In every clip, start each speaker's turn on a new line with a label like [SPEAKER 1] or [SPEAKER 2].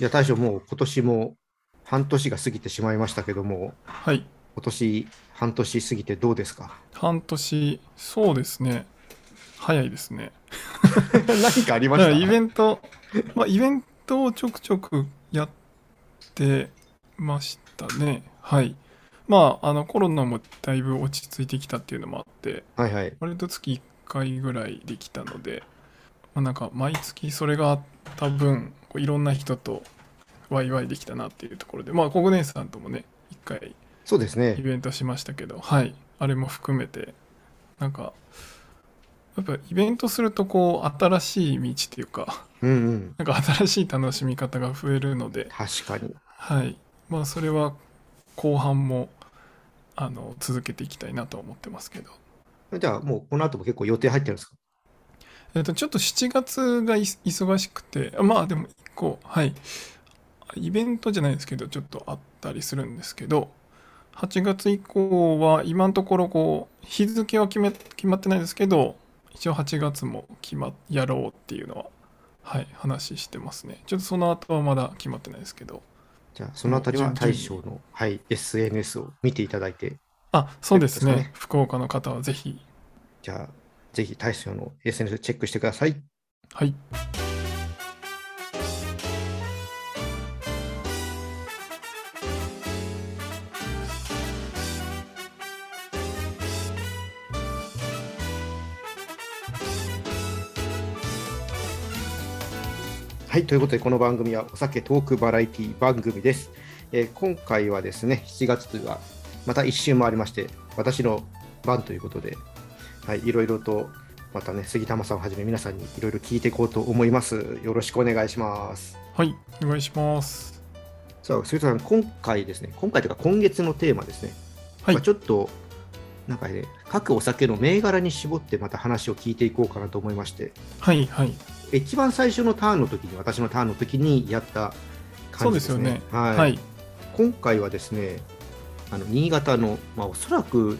[SPEAKER 1] いや、大将、もう今年も半年が過ぎてしまいましたけども、
[SPEAKER 2] はい。
[SPEAKER 1] 今年半年過ぎてどうですか
[SPEAKER 2] 半年、そうですね。早いですね。
[SPEAKER 1] 何かありま
[SPEAKER 2] だ
[SPEAKER 1] し
[SPEAKER 2] か
[SPEAKER 1] た
[SPEAKER 2] らイベント、 まあ、イベントをちょくちょくやってましたね。はい。まあ、あの、コロナもだいぶ落ち着いてきたっていうのもあって、
[SPEAKER 1] はいはい。
[SPEAKER 2] 割と月1回ぐらいできたので、まあ、なんか毎月それがあった分こういろんな人とワイワイできたなっていうところでまあ国年さんともね1回
[SPEAKER 1] そうです
[SPEAKER 2] イ
[SPEAKER 1] ね。
[SPEAKER 2] ベントしましたけどはいあれも含めてなんかやっぱイベントするとこう新しい道っていうか
[SPEAKER 1] うんうん。
[SPEAKER 2] なんか新しい楽しみ方が増えるので
[SPEAKER 1] 確かに。
[SPEAKER 2] はいまあそれは後半もあの続けていきたいなとは思ってますけど
[SPEAKER 1] じゃあ、もうこの後も結構予定入ってるんですか
[SPEAKER 2] えっと、ちょっと7月がい忙しくて、あまあでも1個、はい、イベントじゃないですけど、ちょっとあったりするんですけど、8月以降は今のところこう、日付は決め、決まってないですけど、一応8月も決ま、やろうっていうのは、はい、話してますね。ちょっとその後はまだ決まってないですけど。
[SPEAKER 1] じゃあ、そのあたりは大将の、はい、SNS を見ていただいて、
[SPEAKER 2] あ、そうです
[SPEAKER 1] そ
[SPEAKER 2] ね。
[SPEAKER 1] うですね
[SPEAKER 2] 福岡の方はぜひ、
[SPEAKER 1] じゃあ、ぜひ大将の SNS チェックしてください。
[SPEAKER 2] はい。
[SPEAKER 1] はい、ということで、この番組はお酒トークバラエティ番組です。えー今回はですね、7月はまた1週もありまして、私の番ということで、はい、いろいろと、またね、杉玉さんをはじめ皆さんにいろいろ聞いていこうと思います。よろしくお願いします。
[SPEAKER 2] はい、お願いします。
[SPEAKER 1] さあ、杉田さん、今回ですね、今回というか今月のテーマですね、
[SPEAKER 2] はい
[SPEAKER 1] まあ、ちょっと、なんかね、各お酒の銘柄に絞ってまた話を聞いていこうかなと思いまして、
[SPEAKER 2] はい、はい。
[SPEAKER 1] 一番最初のターンの時に、私のターンの時にやった感じですね。
[SPEAKER 2] そうですよね
[SPEAKER 1] はい。
[SPEAKER 2] はい、
[SPEAKER 1] 今回はですね、あの新潟の、まあ、おそらく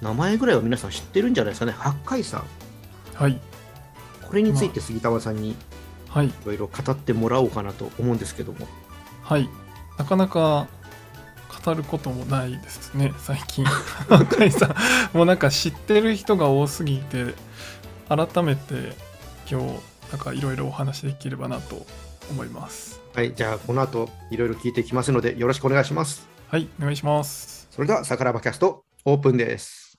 [SPEAKER 1] 名前ぐらいは皆さん知ってるんじゃないですかね、八海山。
[SPEAKER 2] はい、
[SPEAKER 1] これについて杉玉さんにい
[SPEAKER 2] はい。
[SPEAKER 1] ろいろ語ってもらおうかなと思うんですけども。
[SPEAKER 2] はい、なかなか語ることもないですね最近赤井さんもうなんか知ってる人が多すぎて改めて今日なんかいろいろお話できればなと思います
[SPEAKER 1] はい、じゃあこの後いろいろ聞いていきますのでよろしくお願いします。
[SPEAKER 2] はいお願いします
[SPEAKER 1] それでは、さからばキャストオープンです。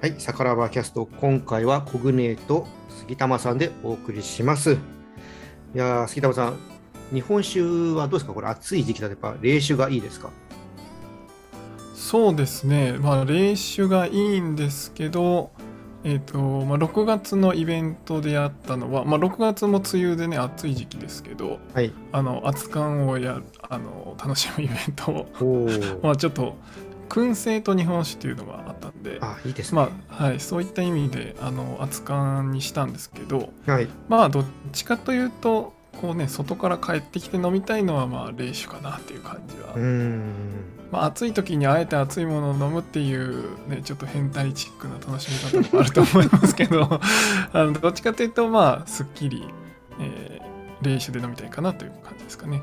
[SPEAKER 1] はい、サカラバーキャスト、今回はコグネーと杉玉さんでお送りします。いやー、杉玉さん、日本酒はどうですかこれ暑い時期だとやっぱ冷酒がいいですか
[SPEAKER 2] そうですねまあ練習がいいんですけどえっ、と、まあ、6月のイベントでやったのは、まあ、6月も梅雨でね暑い時期ですけど
[SPEAKER 1] はい。
[SPEAKER 2] あの熱感をやあの楽しむイベントを
[SPEAKER 1] お ー
[SPEAKER 2] まあちょっと燻製と日本酒っていうのがあったんで
[SPEAKER 1] あ、いいですね。
[SPEAKER 2] まあはい、そういった意味であの熱燗にしたんですけど
[SPEAKER 1] はい。
[SPEAKER 2] まあどっちかというとこうね外から帰ってきて飲みたいのはまあ冷酒かなっていう感じは、
[SPEAKER 1] うーん。
[SPEAKER 2] まあ、暑い時にあえて熱いものを飲むっていうねちょっと変態チックな楽しみ方もあると思いますけど あのどっちかというとまあすっきり、えー冷酒で飲みたいかなという感じですかね。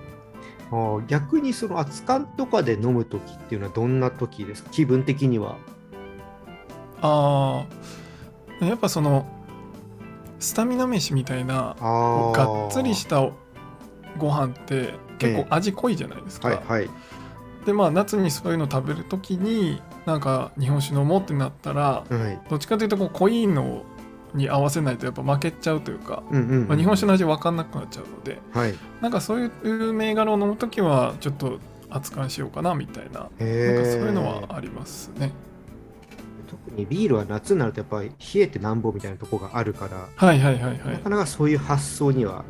[SPEAKER 1] あー逆にその熱燗とかで飲む時っていうのはどんな時ですか気分的には。
[SPEAKER 2] ああやっぱそのスタミナ飯みたいな
[SPEAKER 1] あー
[SPEAKER 2] がっつりしたご飯って結構
[SPEAKER 1] ええ
[SPEAKER 2] 味濃いじゃないですか、
[SPEAKER 1] はいはい。
[SPEAKER 2] でまあ夏にそういうの食べる時になんか日本酒飲もうってなったら
[SPEAKER 1] はい。
[SPEAKER 2] どっちかというとこう濃いのに合わせないとやっぱ負けちゃうというか、
[SPEAKER 1] うんうん、
[SPEAKER 2] まあ、日本酒の味分かんなくなっちゃうので
[SPEAKER 1] はい。
[SPEAKER 2] なんかそういう銘柄を飲む時はちょっと熱燗しようかなみたいななんかそういうのはありますね
[SPEAKER 1] 特にビールは夏になるとやっぱり冷えてなんぼみたいなとこがあるから、
[SPEAKER 2] はいはいはいは
[SPEAKER 1] ないかなかそういう発想には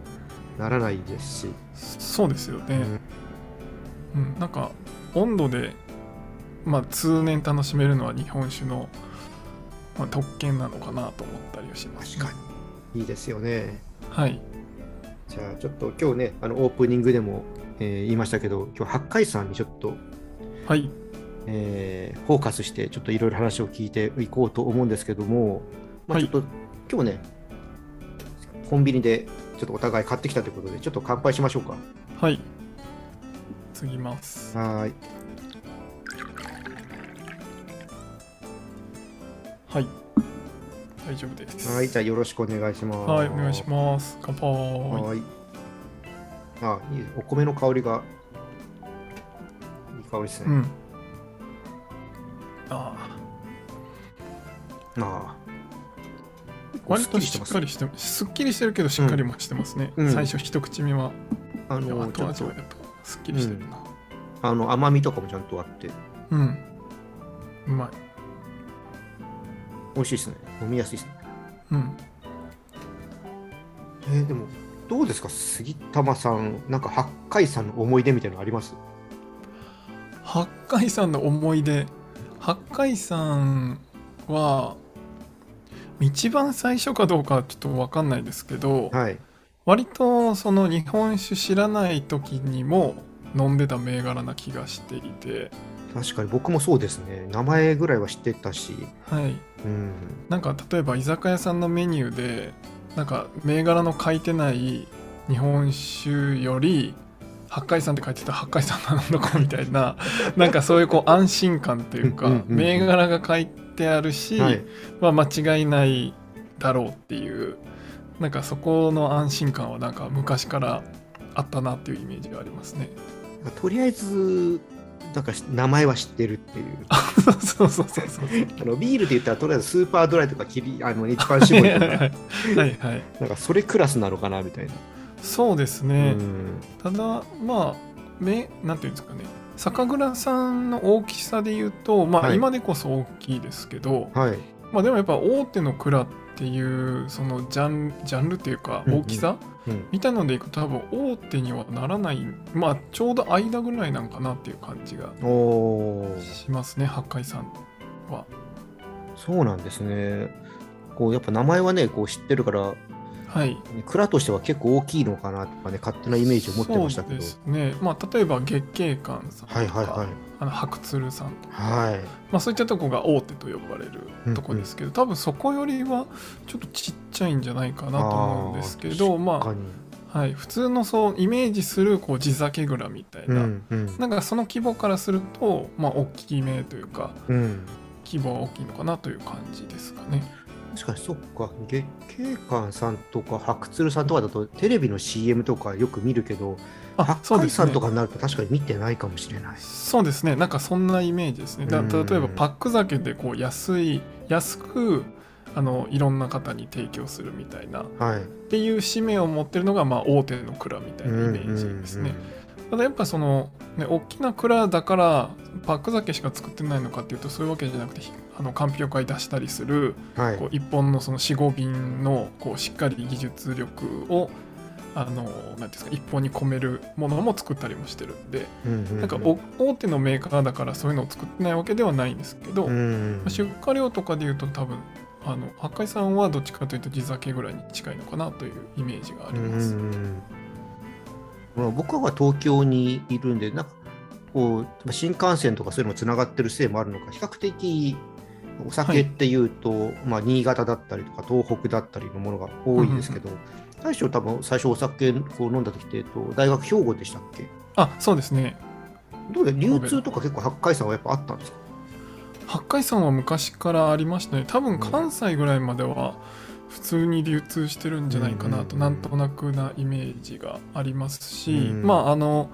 [SPEAKER 1] ならないですし、
[SPEAKER 2] そうですよね、
[SPEAKER 1] うん
[SPEAKER 2] うん、なんか温度で、まあ、通年楽しめるのは日本酒の、まあ、特権なのかなと思ったりはします、
[SPEAKER 1] 確かいいですよね。
[SPEAKER 2] はい。
[SPEAKER 1] じゃあちょっと今日ね、あのオープニングでも、えー言いましたけど、今日八海山にちょっと、
[SPEAKER 2] はい。
[SPEAKER 1] えーフォーカスして、ちょっといろいろ話を聞いていこうと思うんですけども、まあ、
[SPEAKER 2] は
[SPEAKER 1] ちょっ
[SPEAKER 2] い
[SPEAKER 1] と、今日ね、コンビニでちょっとお互い買ってきたということで、ちょっと乾杯しましょうか。
[SPEAKER 2] はい。次ます。
[SPEAKER 1] はーい。
[SPEAKER 2] はい。大丈夫です。
[SPEAKER 1] はい、じゃあよろしくお願いします。
[SPEAKER 2] はい、お願いします。乾杯。
[SPEAKER 1] はーい。あ、いいですお米の香りが。いい香りです
[SPEAKER 2] う
[SPEAKER 1] ね。
[SPEAKER 2] ん。あ
[SPEAKER 1] ああ。
[SPEAKER 2] あ、割としっか
[SPEAKER 1] り。
[SPEAKER 2] りしてます。すっきりしてるけど、しっかりもしてますね。
[SPEAKER 1] うん
[SPEAKER 2] 最初一口目は、
[SPEAKER 1] あ
[SPEAKER 2] いや
[SPEAKER 1] の、ち
[SPEAKER 2] 後
[SPEAKER 1] ょっ
[SPEAKER 2] 味
[SPEAKER 1] と
[SPEAKER 2] は、やっぱすっきりしてるな。
[SPEAKER 1] あの、甘みとかもちゃんとあって、
[SPEAKER 2] うん。うまい。
[SPEAKER 1] 美味しいですね。飲みやすいですね。
[SPEAKER 2] うん。
[SPEAKER 1] えーでも、どうですか、杉玉さん、なんか八海山の思い出みたいなのあります。
[SPEAKER 2] 八海山の思い出八海山は一番最初かどうかはちょっと分かんないですけど、
[SPEAKER 1] はい。
[SPEAKER 2] 割とその日本酒知らない時にも飲んでた銘柄な気がしていて
[SPEAKER 1] 確かに、僕もそうですね。名前ぐらいは知ってたし。
[SPEAKER 2] はい
[SPEAKER 1] うん。
[SPEAKER 2] なんか例えば居酒屋さんのメニューでなんか銘柄の書いてない日本酒より八海山って書いてた八海山なのかみたいな なんかそういうこう安心感というか
[SPEAKER 1] うんうんうんうん
[SPEAKER 2] 銘柄が書いてあるし、
[SPEAKER 1] はい。
[SPEAKER 2] まあ、間違いないだろうっていうなんかそこの安心感はなんか昔からあったなっていうイメージがありますね。
[SPEAKER 1] とりあえず、なんか名前は知ってるっていう。
[SPEAKER 2] そうそうそうそう そう。
[SPEAKER 1] あのビールで言ったらとりあえずスーパードライとかキリあの一般絞 りと
[SPEAKER 2] はいは
[SPEAKER 1] か
[SPEAKER 2] いはいはい。
[SPEAKER 1] なんかそれクラスなのかなみたいな、
[SPEAKER 2] そうですね。
[SPEAKER 1] うん
[SPEAKER 2] ただまあめなんていうんですかね酒蔵さんの大きさで言うと、ま
[SPEAKER 1] は
[SPEAKER 2] あ、
[SPEAKER 1] い
[SPEAKER 2] 今でこそ大きいですけど、
[SPEAKER 1] はい
[SPEAKER 2] まあ、でもやっぱ大手の蔵っていうそのジャンジャンルっていうか
[SPEAKER 1] うんうん
[SPEAKER 2] 大きさ
[SPEAKER 1] うん
[SPEAKER 2] みたいのでいくと多分大手にはならないまあちょうど間ぐらいなんかなっていう感じが
[SPEAKER 1] おー
[SPEAKER 2] しますね八海さんは。
[SPEAKER 1] そうなんですねこうやっぱ名前はねこう知ってるから
[SPEAKER 2] はい
[SPEAKER 1] 蔵としては結構大きいのかなとかね勝手なイメージを持ってましたけど
[SPEAKER 2] そうですね、まあ、例えば月桂館さんとか、
[SPEAKER 1] はいはいはい
[SPEAKER 2] あの白鶴さんとか
[SPEAKER 1] はい
[SPEAKER 2] まあ、そういったとこが大手と呼ばれるとこですけど、多分そこよりはちょっとちっちゃいんじゃないかなと思うんですけどま
[SPEAKER 1] 他に
[SPEAKER 2] あ、はい、普通のそうイメージするこう地酒蔵みたいうな、
[SPEAKER 1] んうん
[SPEAKER 2] なんかその規模からすると、まあ、大きめというか
[SPEAKER 1] うん
[SPEAKER 2] 規模は大きいのかなという感じですかね。
[SPEAKER 1] 確かにそっか月桂館さんとか白鶴さんとかだとテレビの CM とかよく見るけど
[SPEAKER 2] あ
[SPEAKER 1] 八
[SPEAKER 2] そう
[SPEAKER 1] 海
[SPEAKER 2] です
[SPEAKER 1] 山
[SPEAKER 2] ね
[SPEAKER 1] とかになると確かに見てないかもしれない
[SPEAKER 2] そうですねなんかそんなイメージですね。だ
[SPEAKER 1] うん
[SPEAKER 2] 例えばパック酒でこう安い安くあのいろんな方に提供するみたいな
[SPEAKER 1] はい
[SPEAKER 2] っていう使命を持ってるのが、まあ、大手の蔵みたいなイメージですね。ただやっぱその、ね、大きな蔵だからパック酒しか作ってないのかっていうとそういうわけじゃなくてひあのかんぴょかい出したりする
[SPEAKER 1] うんうんはい
[SPEAKER 2] こう一本のその45瓶のこうしっかり技術力をあのなんていうんですか一本に込めるものも作ったりもしてるんで
[SPEAKER 1] な
[SPEAKER 2] なんかお大手のメーカーだからそういうのを作ってないわけではないんですけど、
[SPEAKER 1] う
[SPEAKER 2] ま
[SPEAKER 1] ん
[SPEAKER 2] あ出荷量とかでいうと多分あの赤井さんはどっちかというと地酒ぐらいに近いのかなというイメージがあります。
[SPEAKER 1] うんまあ僕は東京にいるんでなんかこう新幹線とかそういうのもつながってるせいもあるのか比較的お酒っていうと、まあ、新潟だったりとか東北だったりのものが多いんですけど、大将多分最初お酒こう飲んだ時って、えっと、大学兵庫でしたっけ
[SPEAKER 2] あそうですね
[SPEAKER 1] どうで流通とか結構八海山はやっぱあったんですか
[SPEAKER 2] 八海山は昔からありましたね多分関西ぐらいまでは普通に流通してるんじゃないかなと
[SPEAKER 1] うん
[SPEAKER 2] なんとなくなイメージがありますし、
[SPEAKER 1] うん
[SPEAKER 2] まああの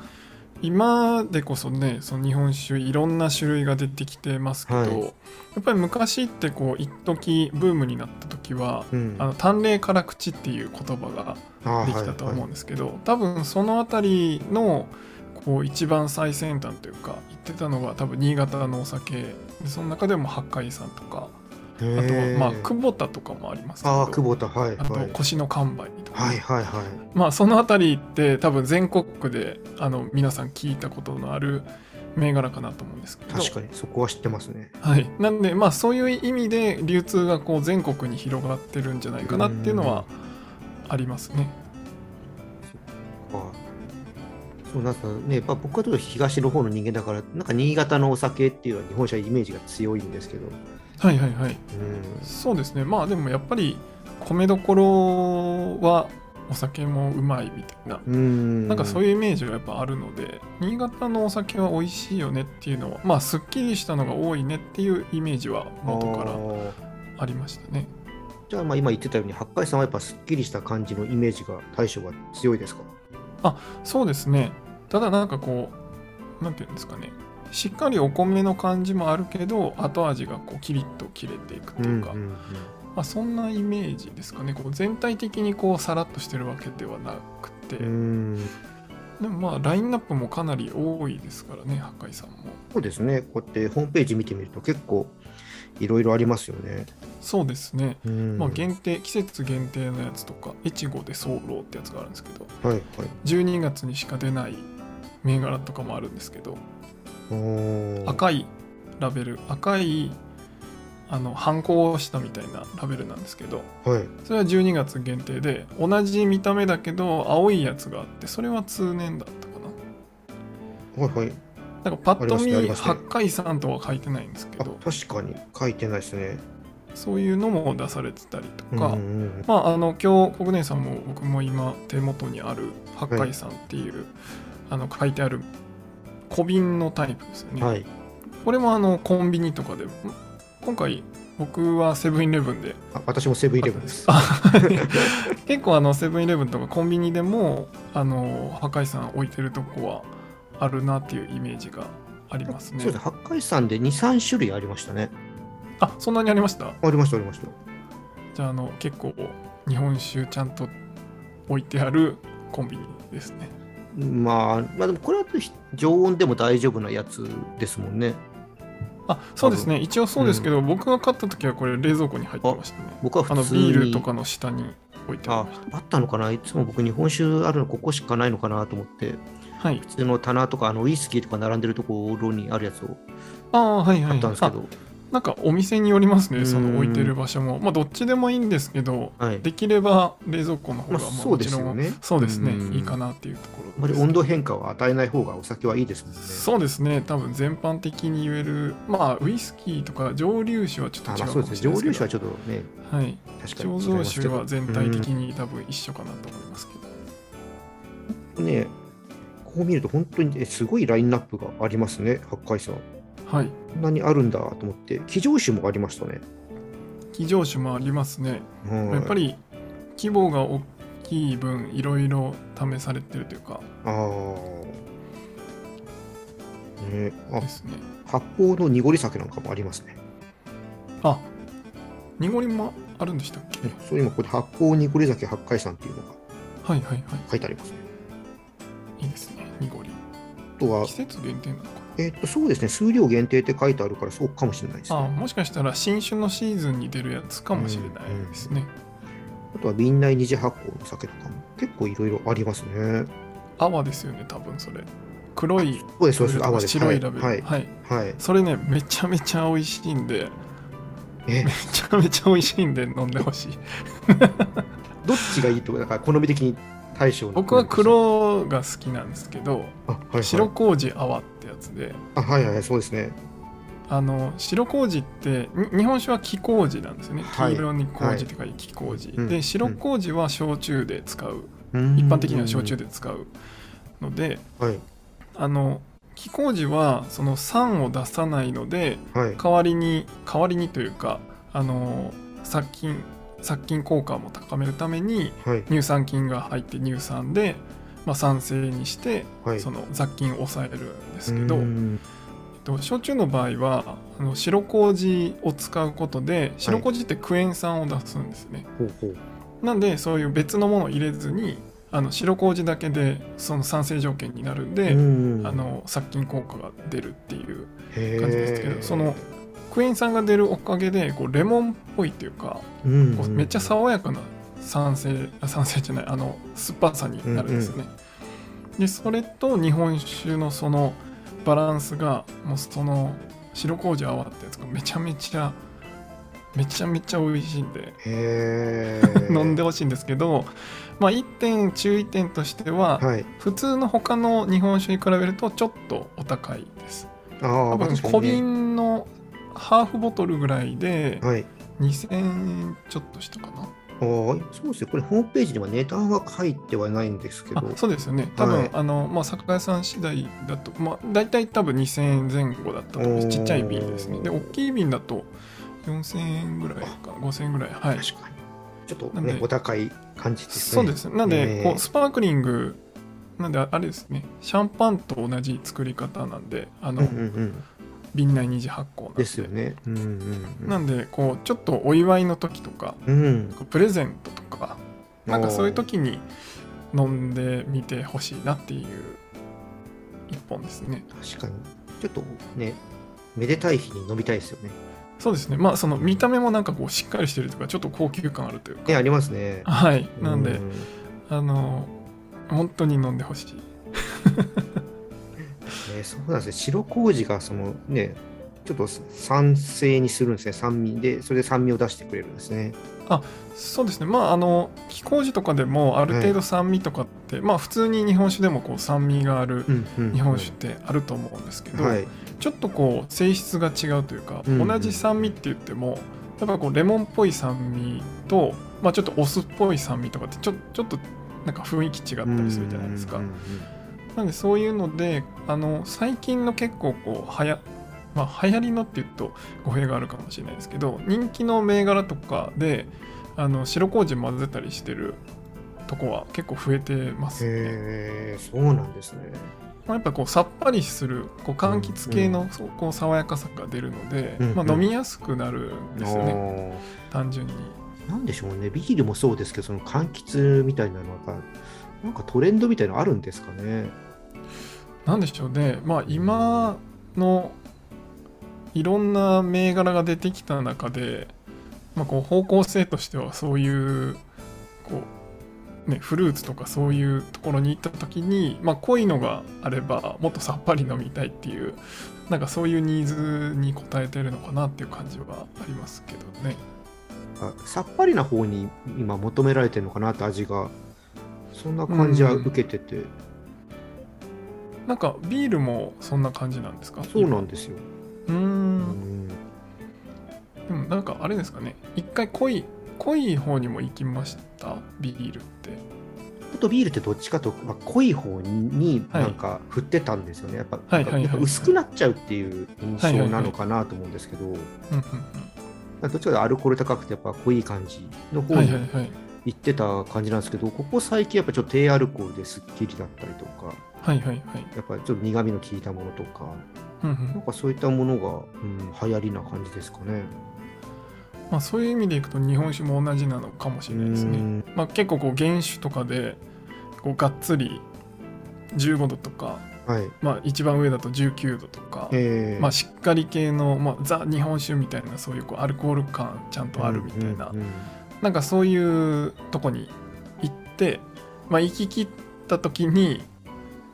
[SPEAKER 2] 今でこそねその日本酒いろんな種類が出てきてますけど、
[SPEAKER 1] はい
[SPEAKER 2] やっぱり昔ってこう一時ブームになった時は
[SPEAKER 1] うん
[SPEAKER 2] あの淡麗辛口っていう言葉が
[SPEAKER 1] あ
[SPEAKER 2] できたと思うん
[SPEAKER 1] で
[SPEAKER 2] ですけど、多分その辺りのこう一番最先端というか言ってたのが多分新潟のお酒でその中でも八海山とか
[SPEAKER 1] す
[SPEAKER 2] あとはまあ久保田とかもありますけど
[SPEAKER 1] あー久保田はい
[SPEAKER 2] あと
[SPEAKER 1] はい
[SPEAKER 2] 腰の完売とか、
[SPEAKER 1] はいはいはい
[SPEAKER 2] まあその辺りって多分全国区であの皆さん聞いたことのある銘柄かなと思うんですけど
[SPEAKER 1] 確かにそこは知ってますね。
[SPEAKER 2] はい、なんでまあそういう意味で流通がこう全国に広がってるんじゃないかなっていうのはありますね。
[SPEAKER 1] あそうなんかね、やっぱ僕はちょっと東の方の人間だから、なんか新潟のお酒っていうのは日本酒はイメージが強いんですけど、
[SPEAKER 2] はいはいはい。
[SPEAKER 1] う
[SPEAKER 2] そうですね。まあでもやっぱり米どころはお酒もうまいみたいな。
[SPEAKER 1] ん、うん
[SPEAKER 2] なんかそう
[SPEAKER 1] いう
[SPEAKER 2] いうイメージがやっぱあるので、新潟のお酒は美味しいよねっていうのは、まあすっきりしたのが多いねっていうイメージは元から
[SPEAKER 1] ら。
[SPEAKER 2] ありましたね。
[SPEAKER 1] じゃあ、まあ今言ってたように、八海山はやっぱすっきりした感じのイメージが、大将は強いですか
[SPEAKER 2] そうですね。ただなんかこう、なんていうんですかね。しっかりお米の感じもあるけど後味がこうキリッと切れていくというか、
[SPEAKER 1] んん
[SPEAKER 2] まあ、そんなイメージですかねこう全体的にこうさらっとしてるわけではなくて、
[SPEAKER 1] うんうん
[SPEAKER 2] でもまあラインナップもかなり多いですからね八海さんも
[SPEAKER 1] そうですね、こうやってホームページ見てみると結構いろいろありますよね。
[SPEAKER 2] そうですね、
[SPEAKER 1] うん
[SPEAKER 2] まあ限定季節限定のやつとか越後で早漏ってやつがあるんですけど
[SPEAKER 1] はいはい。
[SPEAKER 2] 12月にしか出ない銘柄とかもあるんですけど
[SPEAKER 1] おー
[SPEAKER 2] 赤いラベル赤いあの反抗をしたみたいなラベルなんですけど
[SPEAKER 1] はい。
[SPEAKER 2] それは12月限定で同じ見た目だけど青いやつがあってそれは通年だったかな
[SPEAKER 1] はいはい。
[SPEAKER 2] なんかパッと見
[SPEAKER 1] ありますねありますね
[SPEAKER 2] 八海さんとは書いてないんですけ
[SPEAKER 1] あ、
[SPEAKER 2] ど
[SPEAKER 1] 確かに書いてないですね。
[SPEAKER 2] そういうのも出されてたりとか、
[SPEAKER 1] うんうんうん
[SPEAKER 2] まああの今日国根さんも僕も今手元にある八海さんっていう、あの書いてある小瓶のタイプですよね、
[SPEAKER 1] はい。
[SPEAKER 2] これもあのコンビニとかで今回僕はセブンイレブンで
[SPEAKER 1] あ私もセブンイレブンです。
[SPEAKER 2] あはい結構あのセブンイレブンとかコンビニでもあの破壊さん置いてるとこはあるなっていうイメージがありますね
[SPEAKER 1] そうです。八海山で2、3種類ありましたね。
[SPEAKER 2] あそんなにありました
[SPEAKER 1] ありました、ありました。
[SPEAKER 2] じゃああの結構日本酒ちゃんと置いてあるコンビニですね
[SPEAKER 1] まあ、まあ、でもこれは常温でも大丈夫なやつですもんね。
[SPEAKER 2] あそうですね一応そうですけど、僕が買った時はこれ冷蔵庫に入ってましたね
[SPEAKER 1] 僕は
[SPEAKER 2] あ
[SPEAKER 1] 普
[SPEAKER 2] の
[SPEAKER 1] 通
[SPEAKER 2] ビ
[SPEAKER 1] に
[SPEAKER 2] ールとかの下に置いてあ
[SPEAKER 1] あ
[SPEAKER 2] りまし
[SPEAKER 1] あったのかないつも僕日本酒あるのここしかないのかなと思って
[SPEAKER 2] たはい
[SPEAKER 1] 普通の棚とかあのウイスキーとか並んでるところにあるやつを
[SPEAKER 2] ああはいは
[SPEAKER 1] 買
[SPEAKER 2] い
[SPEAKER 1] ったんですけ
[SPEAKER 2] あ
[SPEAKER 1] ど、
[SPEAKER 2] なんかお店によります
[SPEAKER 1] う
[SPEAKER 2] ね
[SPEAKER 1] ん
[SPEAKER 2] その置いてる場所もまあどっちでもいいんですけど
[SPEAKER 1] はい
[SPEAKER 2] できれば冷蔵庫の方が
[SPEAKER 1] まあ
[SPEAKER 2] まあ
[SPEAKER 1] そう
[SPEAKER 2] も
[SPEAKER 1] で
[SPEAKER 2] ち
[SPEAKER 1] す
[SPEAKER 2] ろ
[SPEAKER 1] よ
[SPEAKER 2] ん、
[SPEAKER 1] ね
[SPEAKER 2] そうですね
[SPEAKER 1] うん
[SPEAKER 2] いいかなっていうとこ
[SPEAKER 1] あまり
[SPEAKER 2] ろです、
[SPEAKER 1] 温度変化を与えない方がお酒はいいですもんね。
[SPEAKER 2] そうですね多分全般的に言えるまあウイスキーとか蒸留酒はちょっと
[SPEAKER 1] あ
[SPEAKER 2] 違
[SPEAKER 1] まあ
[SPEAKER 2] う
[SPEAKER 1] そ
[SPEAKER 2] か
[SPEAKER 1] う
[SPEAKER 2] も
[SPEAKER 1] で
[SPEAKER 2] し
[SPEAKER 1] す
[SPEAKER 2] れ
[SPEAKER 1] ね。
[SPEAKER 2] ない
[SPEAKER 1] 蒸留
[SPEAKER 2] で
[SPEAKER 1] 酒は
[SPEAKER 2] すけど
[SPEAKER 1] ちょっとね、
[SPEAKER 2] はい
[SPEAKER 1] 確かに違い
[SPEAKER 2] 醸
[SPEAKER 1] ますけど。
[SPEAKER 2] 造酒は全体的に多分一緒かなと思いますけど、
[SPEAKER 1] うんね、こう見ると本当にえすごいラインナップがありますね、八海山。
[SPEAKER 2] はい
[SPEAKER 1] こんなにあるんだと思って、騎乗酒もありましたね。
[SPEAKER 2] 騎乗酒もありますね、
[SPEAKER 1] はい
[SPEAKER 2] やっぱり規模が大きい分いろいろ試されてるというか
[SPEAKER 1] ああ。ね、あ
[SPEAKER 2] ですね
[SPEAKER 1] 発酵の濁り酒なんかもありますね。
[SPEAKER 2] あ濁りもあるんでしたっけ、
[SPEAKER 1] そう今ここで発酵濁り酒八海山っていうのが
[SPEAKER 2] はいはいは
[SPEAKER 1] 書いてありますね。
[SPEAKER 2] いいいですね濁り
[SPEAKER 1] あとは
[SPEAKER 2] 季、節限定なのかな
[SPEAKER 1] えっ、とそうですね、数量限定って書いてあるからそうかもしれないです
[SPEAKER 2] あ
[SPEAKER 1] ね。
[SPEAKER 2] もしかしたら新酒のシーズンに出るやつかもしれないですね。
[SPEAKER 1] あとは瓶内二次発酵の酒とかも結構いろいろありますね。
[SPEAKER 2] 泡ですよね、多分それ。黒い
[SPEAKER 1] そうです、そうです、
[SPEAKER 2] ラベルとか
[SPEAKER 1] 泡です。
[SPEAKER 2] 白いラベル、
[SPEAKER 1] は
[SPEAKER 2] はいい。
[SPEAKER 1] はい。
[SPEAKER 2] それね、めちゃめちゃ美味しいんで、
[SPEAKER 1] え
[SPEAKER 2] めちゃめちゃ美味しいんで飲んでほしい。
[SPEAKER 1] どっちがいいとか、だから好み的に対象
[SPEAKER 2] 僕は。黒が好きなんですけど、
[SPEAKER 1] あ、はい、はい。
[SPEAKER 2] 白麹泡ってやつで、
[SPEAKER 1] あ、はいはい、そうですね。
[SPEAKER 2] あの白麹ってに日本酒は黄麹なんですよね。
[SPEAKER 1] はい
[SPEAKER 2] 黄色に麹って書いて黄麹。
[SPEAKER 1] うん
[SPEAKER 2] で、白麹は焼酎で使う。
[SPEAKER 1] 一
[SPEAKER 2] 一般的には焼酎。で使うので、
[SPEAKER 1] はい。
[SPEAKER 2] あの気工時はその酸を出さないので
[SPEAKER 1] はい。
[SPEAKER 2] 代わりに代わりにというかあの殺菌殺菌効果も高めるために
[SPEAKER 1] はい。
[SPEAKER 2] 乳酸菌が入って乳酸で、まあ、酸性にして、
[SPEAKER 1] はい。
[SPEAKER 2] その雑菌を抑えるんで
[SPEAKER 1] です
[SPEAKER 2] けど、えっと、焼酎の場合はあの白麹を使うことで白麹ってクエン酸を出すんですね、
[SPEAKER 1] ほうほう。
[SPEAKER 2] なんでそういう別のものを入れずにあの白麹だけでその酸性条件になるんで、
[SPEAKER 1] うん
[SPEAKER 2] あ、の殺菌効果が出るっていう
[SPEAKER 1] へー
[SPEAKER 2] 感じですけどその、クエン酸が出るおかげでこうレモンっぽいっていうか
[SPEAKER 1] うん
[SPEAKER 2] こうめっちゃ爽やかな酸性あ酸性じゃないあの酸っぱさになるんですよね。でそれと日本酒のそのバランスがもうその白麹泡ってやつがめちゃめちゃめちゃめちゃ美味しいんで、
[SPEAKER 1] へ
[SPEAKER 2] 飲んで
[SPEAKER 1] は
[SPEAKER 2] ほしいんですけど、まあ、1点注意点としては、
[SPEAKER 1] い。
[SPEAKER 2] 普通の他の日本酒に比べるとちょっとお高いです
[SPEAKER 1] あ
[SPEAKER 2] 多
[SPEAKER 1] あ、
[SPEAKER 2] 分
[SPEAKER 1] 確かに
[SPEAKER 2] 小
[SPEAKER 1] ね
[SPEAKER 2] 瓶のハーフボトルぐらいで
[SPEAKER 1] はい。
[SPEAKER 2] 2000円ちょっとしたかな
[SPEAKER 1] おそうですね。これ、ホームページには値段は書いてはないんですけど。
[SPEAKER 2] あそうですよね多分、
[SPEAKER 1] はい
[SPEAKER 2] あのまあ酒屋さん次第だとまあ大体多分2000円前後だったと思います
[SPEAKER 1] おー
[SPEAKER 2] ちっちゃい瓶ですねで大きい瓶だと4000円ぐらいか5000円ぐらいは
[SPEAKER 1] 確か
[SPEAKER 2] い
[SPEAKER 1] に。ちょっと
[SPEAKER 2] なんで
[SPEAKER 1] ね、お高い感じですね。
[SPEAKER 2] そうですなんで、
[SPEAKER 1] えー
[SPEAKER 2] こうスパークリングなんでああれですねシャンパンと同じ作り方なんであ
[SPEAKER 1] うん
[SPEAKER 2] の、
[SPEAKER 1] うんうん。
[SPEAKER 2] 瓶内二次発酵なんで
[SPEAKER 1] ですよね。うんうんうん。
[SPEAKER 2] なんでこうちょっとお祝いの時とか
[SPEAKER 1] うん。
[SPEAKER 2] プレゼントとかなんかそういう
[SPEAKER 1] おー。
[SPEAKER 2] 時に飲んでみてほしいなっていう一本ですね
[SPEAKER 1] 確かに。ちょっとね、めでたい日に飲みたいですよね。
[SPEAKER 2] そうですねまあその見た目もなんかこうしっかりしてるとかちょっと高級感あるというか
[SPEAKER 1] ね、ありますね。
[SPEAKER 2] はいなんで
[SPEAKER 1] うん
[SPEAKER 2] あの本当に飲んでほしい
[SPEAKER 1] えーそうなんですね。白麹がそのね、ちょっと酸性にするんですね。酸味で、それで酸味を出してくれるんですね。
[SPEAKER 2] そうですねまああの気候時とかでもある程度酸味とかって、まあ普通に日本酒でもこう酸味がある
[SPEAKER 1] うんうんうん
[SPEAKER 2] 日本酒ってあると思うんですけど、
[SPEAKER 1] はい。
[SPEAKER 2] ちょっとこう性質が違うというか、
[SPEAKER 1] うんうん
[SPEAKER 2] 同じ酸味って言ってもやっぱこうレモンっぽい酸味と、まあ、ちょっとお酢っぽい酸味とかってちょちょっとなんか雰囲気違ったりするじゃないですか、
[SPEAKER 1] うんうんうん
[SPEAKER 2] なんでそういうのであの最近の結構こうはや、まあ、流行りのって言うと語弊があるかもしれないですけど人気の銘柄とかであの白麹混ぜたりしてるとこは結構増えてますね。
[SPEAKER 1] へえ、そうなんですね。
[SPEAKER 2] まあ、やっぱこうさっぱりするこう柑橘系のそうこう爽やかさが出るので、
[SPEAKER 1] うんうん
[SPEAKER 2] まあ、飲みやすくなるんですよね、
[SPEAKER 1] ね。
[SPEAKER 2] 単純に
[SPEAKER 1] なんでしょうね。ビールもそうですけど、その柑橘みたいなのが、なんかトレンドみたいなのあるんですかね。
[SPEAKER 2] なんでしょうねまあ今のいろんな銘柄が出てきた中で、まあ、こう方向性としてはそういうこう、ね、フルーツとかそういうところに行った時に、まあ、濃いのがあればもっとさっぱり飲みたいっていうなんかそういうニーズに応えてるのかなっていう感じはありますけどね。
[SPEAKER 1] あさっぱりな方に今求められてるのかなって味が。そんな感じは受けてて、
[SPEAKER 2] なんかビールもそんな感じなんですか
[SPEAKER 1] そうなんですよ。
[SPEAKER 2] うー
[SPEAKER 1] うんん
[SPEAKER 2] でもなんかあれですかね一回濃い濃い方にも行きましたビールって
[SPEAKER 1] ちょっとビールってどっちかと、まあ、濃い方になんか振ってたんですよね、やっぱ
[SPEAKER 2] はいはいはい
[SPEAKER 1] やっぱ薄くなっちゃうっていう印象なのかなと思うんですけど、
[SPEAKER 2] うんうん
[SPEAKER 1] どっちかというとアルコール高くてやっぱ濃い感じの
[SPEAKER 2] うん
[SPEAKER 1] 方
[SPEAKER 2] はい
[SPEAKER 1] に
[SPEAKER 2] はいはい
[SPEAKER 1] 行ってた感じなんですけど、ここ最近やっぱちょっと低アルコールですっきりだったりとか、
[SPEAKER 2] はいはいはい
[SPEAKER 1] やっぱちょっと苦味の効いたものとか、
[SPEAKER 2] うんう
[SPEAKER 1] なん
[SPEAKER 2] ん
[SPEAKER 1] かそういったものが、うん、流行りな感じですかね。
[SPEAKER 2] まあそういう意味でいくと日本酒も同じなのかもしれないです
[SPEAKER 1] う
[SPEAKER 2] ね
[SPEAKER 1] ん
[SPEAKER 2] まあ結構こう原酒とかでこうがっつり15度とか
[SPEAKER 1] はい。
[SPEAKER 2] まあ一番上だと19度とか
[SPEAKER 1] えー
[SPEAKER 2] まあしっかり系の、まあ、ザ日本酒みたいなそういうこうアルコール感ちゃんとあるみたいな
[SPEAKER 1] うんうんうん
[SPEAKER 2] なんかそういうとこに行って、まあ、行き切った時に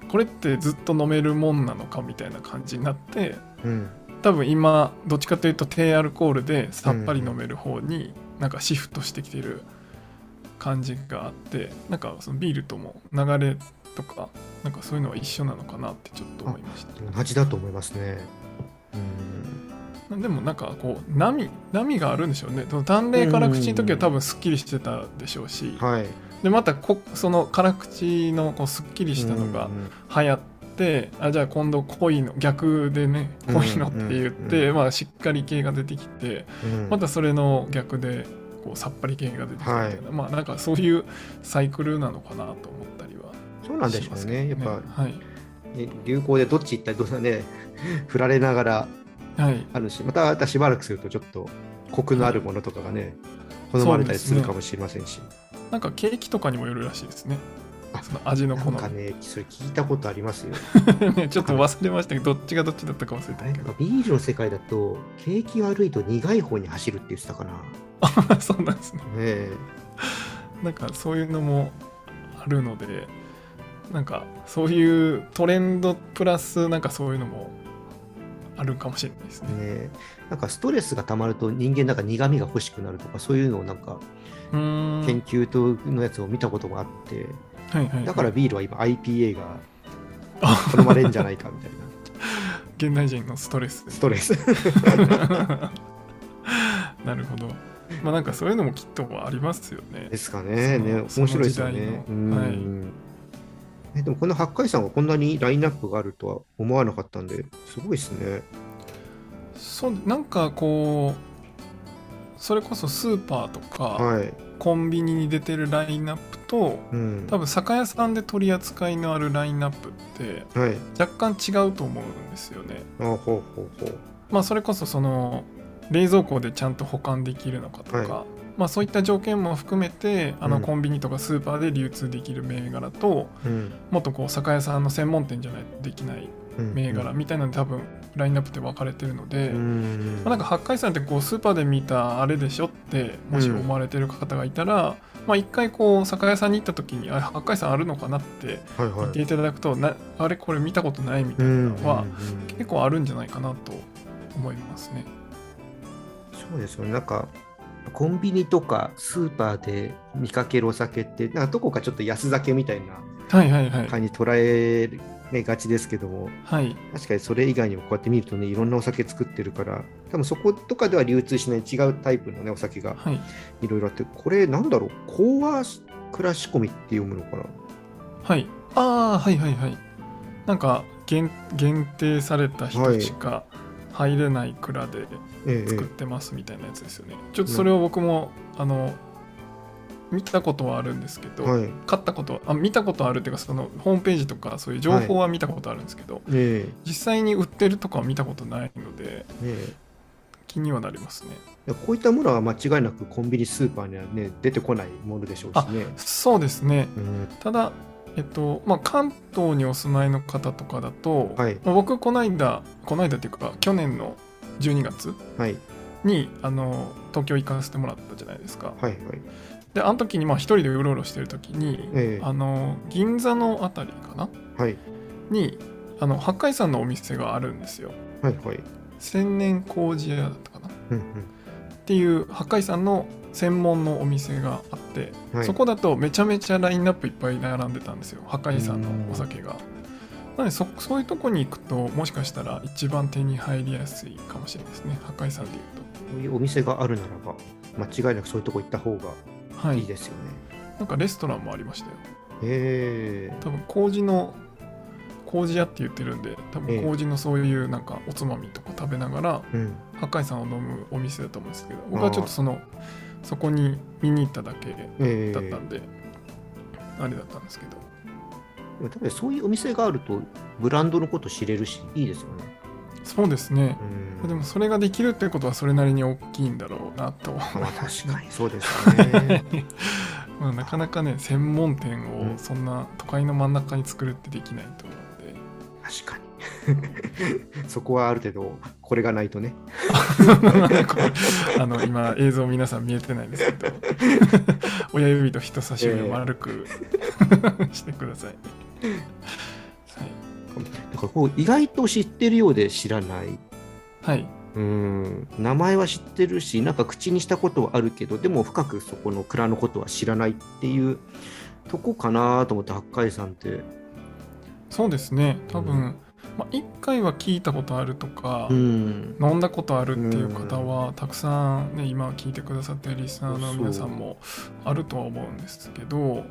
[SPEAKER 2] これってずっと飲めるもんなのかみたいな感じになって
[SPEAKER 1] うん
[SPEAKER 2] 多分今どっちかというと低アルコールでさっぱり飲める方になんかシフトしてきてる感じがあってなんかそのビールとも流れとかなんかそういうのは一緒なのかなってちょっと思いました
[SPEAKER 1] 同じだと思いますね。うん
[SPEAKER 2] でもなんかこう波波があるんでしょうねその淡麗辛口の時は多分すっきりしてたでしょうし、
[SPEAKER 1] はい。
[SPEAKER 2] でまたこその辛口のこうすっきりしたのが
[SPEAKER 1] うんうん
[SPEAKER 2] 流行って、あじゃあ今度濃いの逆でね
[SPEAKER 1] うん
[SPEAKER 2] 濃いのって言って、
[SPEAKER 1] うん
[SPEAKER 2] まあ、しっかり系が出てきて
[SPEAKER 1] うん
[SPEAKER 2] またそれの逆でこうさっぱり系が出てきてみたいな、
[SPEAKER 1] はい
[SPEAKER 2] まあなんかそういうサイクルなのかなと思ったりは
[SPEAKER 1] そうなんでし
[SPEAKER 2] し
[SPEAKER 1] ょ
[SPEAKER 2] ま
[SPEAKER 1] う
[SPEAKER 2] す
[SPEAKER 1] ね。
[SPEAKER 2] け
[SPEAKER 1] やっ
[SPEAKER 2] どね
[SPEAKER 1] ぱ、
[SPEAKER 2] はい
[SPEAKER 1] ね流行でどっち行ったりどうだね、振られながら
[SPEAKER 2] はい
[SPEAKER 1] あるし、またまたしばらくするとちょっとコクのあるものとかがね、好まれたりするかもしれませんし、
[SPEAKER 2] なんかケーキとかにもよるらしいですね
[SPEAKER 1] あ
[SPEAKER 2] その味の
[SPEAKER 1] な
[SPEAKER 2] 好
[SPEAKER 1] ん
[SPEAKER 2] み
[SPEAKER 1] かね、それ聞いたことありますよ。
[SPEAKER 2] ねちょっと忘れましたけどどっちがどっちだったか忘れ
[SPEAKER 1] あ
[SPEAKER 2] た
[SPEAKER 1] れ
[SPEAKER 2] け
[SPEAKER 1] なんかビールの世界だと、景気悪いと苦い方に走るって言ってたかな。ね
[SPEAKER 2] ど そうなんですね
[SPEAKER 1] え
[SPEAKER 2] なんかそういうのもあるのでなんかそういうトレンドプラスなんかそういうのもああるかもしれないですね。
[SPEAKER 1] ね、なんかストレスが溜まると人間なんか苦味が欲しくなるとかそういうのをなんか
[SPEAKER 2] うーん
[SPEAKER 1] 研究とのやつを見たことがあって
[SPEAKER 2] はいはいはい、
[SPEAKER 1] だからビールは今 IPA が
[SPEAKER 2] あ
[SPEAKER 1] 好まれんじゃないかみたいな
[SPEAKER 2] 現代人のストレスです
[SPEAKER 1] ストレ ス
[SPEAKER 2] なるほど。まあなんかそういうのもきっとありますよね
[SPEAKER 1] で。すかねね面
[SPEAKER 2] その
[SPEAKER 1] 白いですよね
[SPEAKER 2] その時代の
[SPEAKER 1] うん、えでもこの八海山がこんなにラインナップがあるとは思わなかったんですごいですね
[SPEAKER 2] そうなんかこうそれこそスーパーとか
[SPEAKER 1] はい、
[SPEAKER 2] コンビニに出てるラインナップと
[SPEAKER 1] うん、
[SPEAKER 2] 多分酒屋さんで取り扱いのあるラインナップって
[SPEAKER 1] はい
[SPEAKER 2] 若干違うと思うんですよね。
[SPEAKER 1] あほうほうほう
[SPEAKER 2] まあそれこそその冷蔵庫でちゃんと保管できるのかとか、
[SPEAKER 1] は
[SPEAKER 2] まあそういった条件も含めてあ
[SPEAKER 1] う
[SPEAKER 2] の
[SPEAKER 1] ん
[SPEAKER 2] コンビニとかスーパーで流通できる銘柄と、
[SPEAKER 1] うん
[SPEAKER 2] もっとこう酒屋さんの専門店じゃないとできない
[SPEAKER 1] うん
[SPEAKER 2] 銘柄みたいなので多分ラインナップで分かれてるので、
[SPEAKER 1] うん
[SPEAKER 2] まあ、なんか八海山ってこうスーパーで見たあれでしょってもし思われてる方がいたら、まあ一回こう酒屋さんに行った時にあれ八海山あるのかなって
[SPEAKER 1] はいは
[SPEAKER 2] 言
[SPEAKER 1] い
[SPEAKER 2] っていただくと、なあれこれ見たことないみたいなのは
[SPEAKER 1] うん
[SPEAKER 2] 結構あるんじゃないかなと思いますね。
[SPEAKER 1] そうですよね。なんかコンビニとかスーパーで見かけるお酒ってなんかどこかちょっと安酒みたいな
[SPEAKER 2] はいはいはい。
[SPEAKER 1] 感じに捉えがちですけども
[SPEAKER 2] はい、
[SPEAKER 1] 確かにそれ以外にもこうやって見るとねいろんなお酒作ってるから多分そことかでは流通しない違うタイプのねお酒が
[SPEAKER 2] はい、
[SPEAKER 1] いろいろあってこれなんだろうコーアクラシコミって読むのかな
[SPEAKER 2] はい。ああ、はいはいはい。なんか限限定された人しか入れない蔵で
[SPEAKER 1] ええ
[SPEAKER 2] 作ってますみたいなやつですよね。ちょっとそれを僕も、あの見たことはあるんですけど、
[SPEAKER 1] はい
[SPEAKER 2] 買ったことあ見たことあるっていうかそのホームページとかそういう情報は見たことあるんですけど、
[SPEAKER 1] え
[SPEAKER 2] 実際に売ってるとかは見たことないので
[SPEAKER 1] えええ
[SPEAKER 2] 気にはなりますね。
[SPEAKER 1] いやこういったものは間違いなくコンビニスーパーにはね出てこないものでしょうしね。
[SPEAKER 2] そうですね。
[SPEAKER 1] うん
[SPEAKER 2] ただえっとまあ、関東にお住まいの方とかだと、
[SPEAKER 1] はい
[SPEAKER 2] まあ僕この間この間っていうか去年の12月
[SPEAKER 1] はい
[SPEAKER 2] にあの東京行かせてもらったじゃないですか
[SPEAKER 1] はいはい。
[SPEAKER 2] であの時にまあ一人でうろうろしてる時に、
[SPEAKER 1] ええ
[SPEAKER 2] あの銀座のあたりかな
[SPEAKER 1] はい
[SPEAKER 2] にあの八海山のお店があるんですよ
[SPEAKER 1] はいはい。
[SPEAKER 2] 千年麹屋だったかなっ
[SPEAKER 1] うん
[SPEAKER 2] ていう八海山の専門のお店があって、
[SPEAKER 1] うんはい、
[SPEAKER 2] そこだとめちゃめちゃラインナップいっぱい並んでたんですよ八海山のお酒が。なのでそそういうとこに行くともしかしたら一番手に入りやすいかもしれないですね八海山でいう
[SPEAKER 1] こういうお店があるならば、間違いなくそういうとこ行った方が
[SPEAKER 2] と。はい
[SPEAKER 1] い
[SPEAKER 2] い、
[SPEAKER 1] ですよね。
[SPEAKER 2] なんかレストランもありましたよ。
[SPEAKER 1] へ
[SPEAKER 2] 多分麹の麹屋って言ってるんで多分麹のそういうなんかおつまみとか食べながら
[SPEAKER 1] えうん。
[SPEAKER 2] 八海山を飲むお店だと思うんですけど僕はちょっとそのそこに見に行っただけだ
[SPEAKER 1] ええ
[SPEAKER 2] ったんで、あれだったんですけど
[SPEAKER 1] でも多分そういうお店があると、ブランドのこと知れるし、いいですよね。
[SPEAKER 2] そうですね
[SPEAKER 1] う、ん。
[SPEAKER 2] でもそれができるってことはそれなりに大きいんだろうな と思い
[SPEAKER 1] まあ、
[SPEAKER 2] ま
[SPEAKER 1] 確
[SPEAKER 2] す
[SPEAKER 1] かにそうです ね。
[SPEAKER 2] まあなかなかね専門店をそんな都会の真ん中に作るってできないと思うんで
[SPEAKER 1] 確かに。 そこはある程度、これがないとね。
[SPEAKER 2] これ あの今映像皆さん見えてないですけど 親指と人差し指を丸く してください、
[SPEAKER 1] だからこう意外と知ってるようで知らない。
[SPEAKER 2] はい、はい、
[SPEAKER 1] うん名前は知ってるしなんか口にしたことはあるけどでも深くそこの蔵のことは知らないっていうとこかなと思って八海山って
[SPEAKER 2] そうですね多分、
[SPEAKER 1] うん
[SPEAKER 2] まあ、1回は聞いたことあるとか、
[SPEAKER 1] うん
[SPEAKER 2] 飲んだことあるっていう方は、たくさんね今聞いてくださってるリスナーの皆さんもあるとは思うんですけど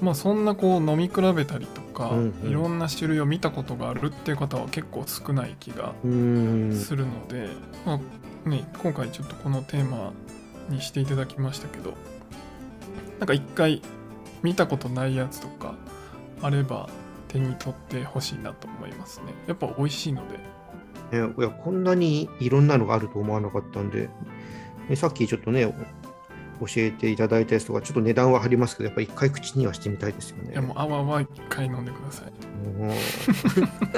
[SPEAKER 2] まあそんなこう飲み比べたりとか、
[SPEAKER 1] うんうん
[SPEAKER 2] いろんな種類を見たことがあるっていう方は結構少ない気が
[SPEAKER 1] うん
[SPEAKER 2] するので、まあね、今回ちょっとこのテーマにしていただきましたけどなんか一回見たことないやつとかあれば手に取ってほしいなと思いますねやっぱ美味しいので
[SPEAKER 1] ねいやこんなにいろんなのがあると思わなかったんで、ねさっきちょっとねお教えていただいたやつとかちょっと値段は張りますけどやっぱ一回口にはしてみたいですよね。
[SPEAKER 2] いやもうあわあわ一回飲んでください
[SPEAKER 1] うん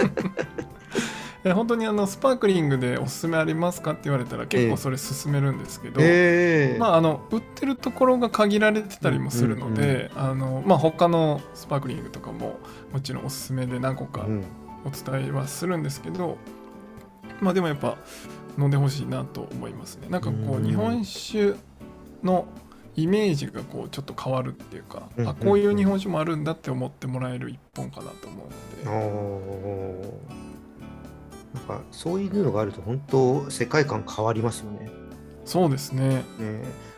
[SPEAKER 2] いや本当にあのスパークリングでおすすめありますかって言われたら結
[SPEAKER 1] ええ
[SPEAKER 2] 構それ勧めるんですけど、
[SPEAKER 1] ええ
[SPEAKER 2] まあ、あの売ってるところが限られてたりもするので、あのまあ、他のスパークリングとかももちろんおすすめで何個か
[SPEAKER 1] うん
[SPEAKER 2] お伝えはするんですけど、まあでもやっぱ飲んでほしいなと思いますねなんかこ
[SPEAKER 1] う
[SPEAKER 2] うん日本酒のイメージがこうちょっと変わるっていうか、
[SPEAKER 1] うん
[SPEAKER 2] あこういう日本酒もあるんだって思ってもらえる一本かなと思うので、
[SPEAKER 1] おーなんかそういうのがあると本当世界観変わりますよね。
[SPEAKER 2] そうですね
[SPEAKER 1] ね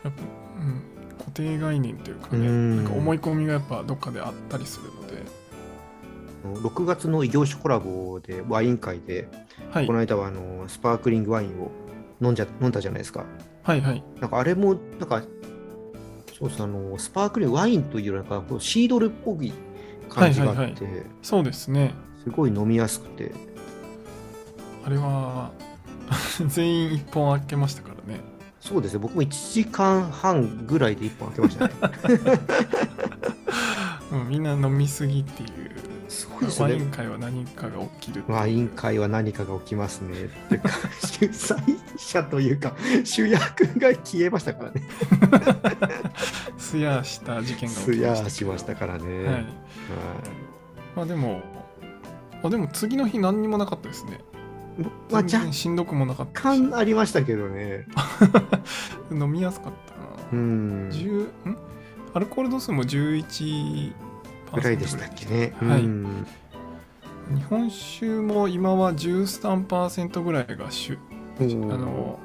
[SPEAKER 2] やっぱ、うん、固定概念というかね、
[SPEAKER 1] うん
[SPEAKER 2] なんか思い込みがやっぱどっかであったりするので、
[SPEAKER 1] あの6月の異業種コラボでワイン会で、
[SPEAKER 2] はい
[SPEAKER 1] こ、の間はあのスパークリングワインを飲んじゃ飲んだじゃないですか。
[SPEAKER 2] はいはい
[SPEAKER 1] なんかあれもなんかそうですねあのスパークリングワインというよりなんかこうシードルっぽい感じがあって、
[SPEAKER 2] はいはいそうですね
[SPEAKER 1] すごい飲みやすくて
[SPEAKER 2] あれは 全員一本開けましたからね
[SPEAKER 1] そうですね僕も1時間半ぐらいで1本開けましたね。
[SPEAKER 2] うん、みんな飲みすぎっていう
[SPEAKER 1] すごいです
[SPEAKER 2] ワイ
[SPEAKER 1] ね
[SPEAKER 2] ン。会は何かが起きるっていう
[SPEAKER 1] ワイン会は何かが起きますね。っていうか主催者というか、主役が消えましたからね。
[SPEAKER 2] すやした事件が起き
[SPEAKER 1] すやー
[SPEAKER 2] ましたけど
[SPEAKER 1] しましたからね。
[SPEAKER 2] は
[SPEAKER 1] はいい、
[SPEAKER 2] まあでもあでも次の日何にもなかったですね
[SPEAKER 1] まあ、
[SPEAKER 2] 全
[SPEAKER 1] 若
[SPEAKER 2] 然しんどくもなかったし
[SPEAKER 1] 干ありましたけどね。
[SPEAKER 2] 飲みやすかったな、
[SPEAKER 1] うん。
[SPEAKER 2] 10んアルコール度数も11%
[SPEAKER 1] ぐらいでしたっけね。
[SPEAKER 2] はい
[SPEAKER 1] うん
[SPEAKER 2] 日本酒も今は13%ぐらいが主あの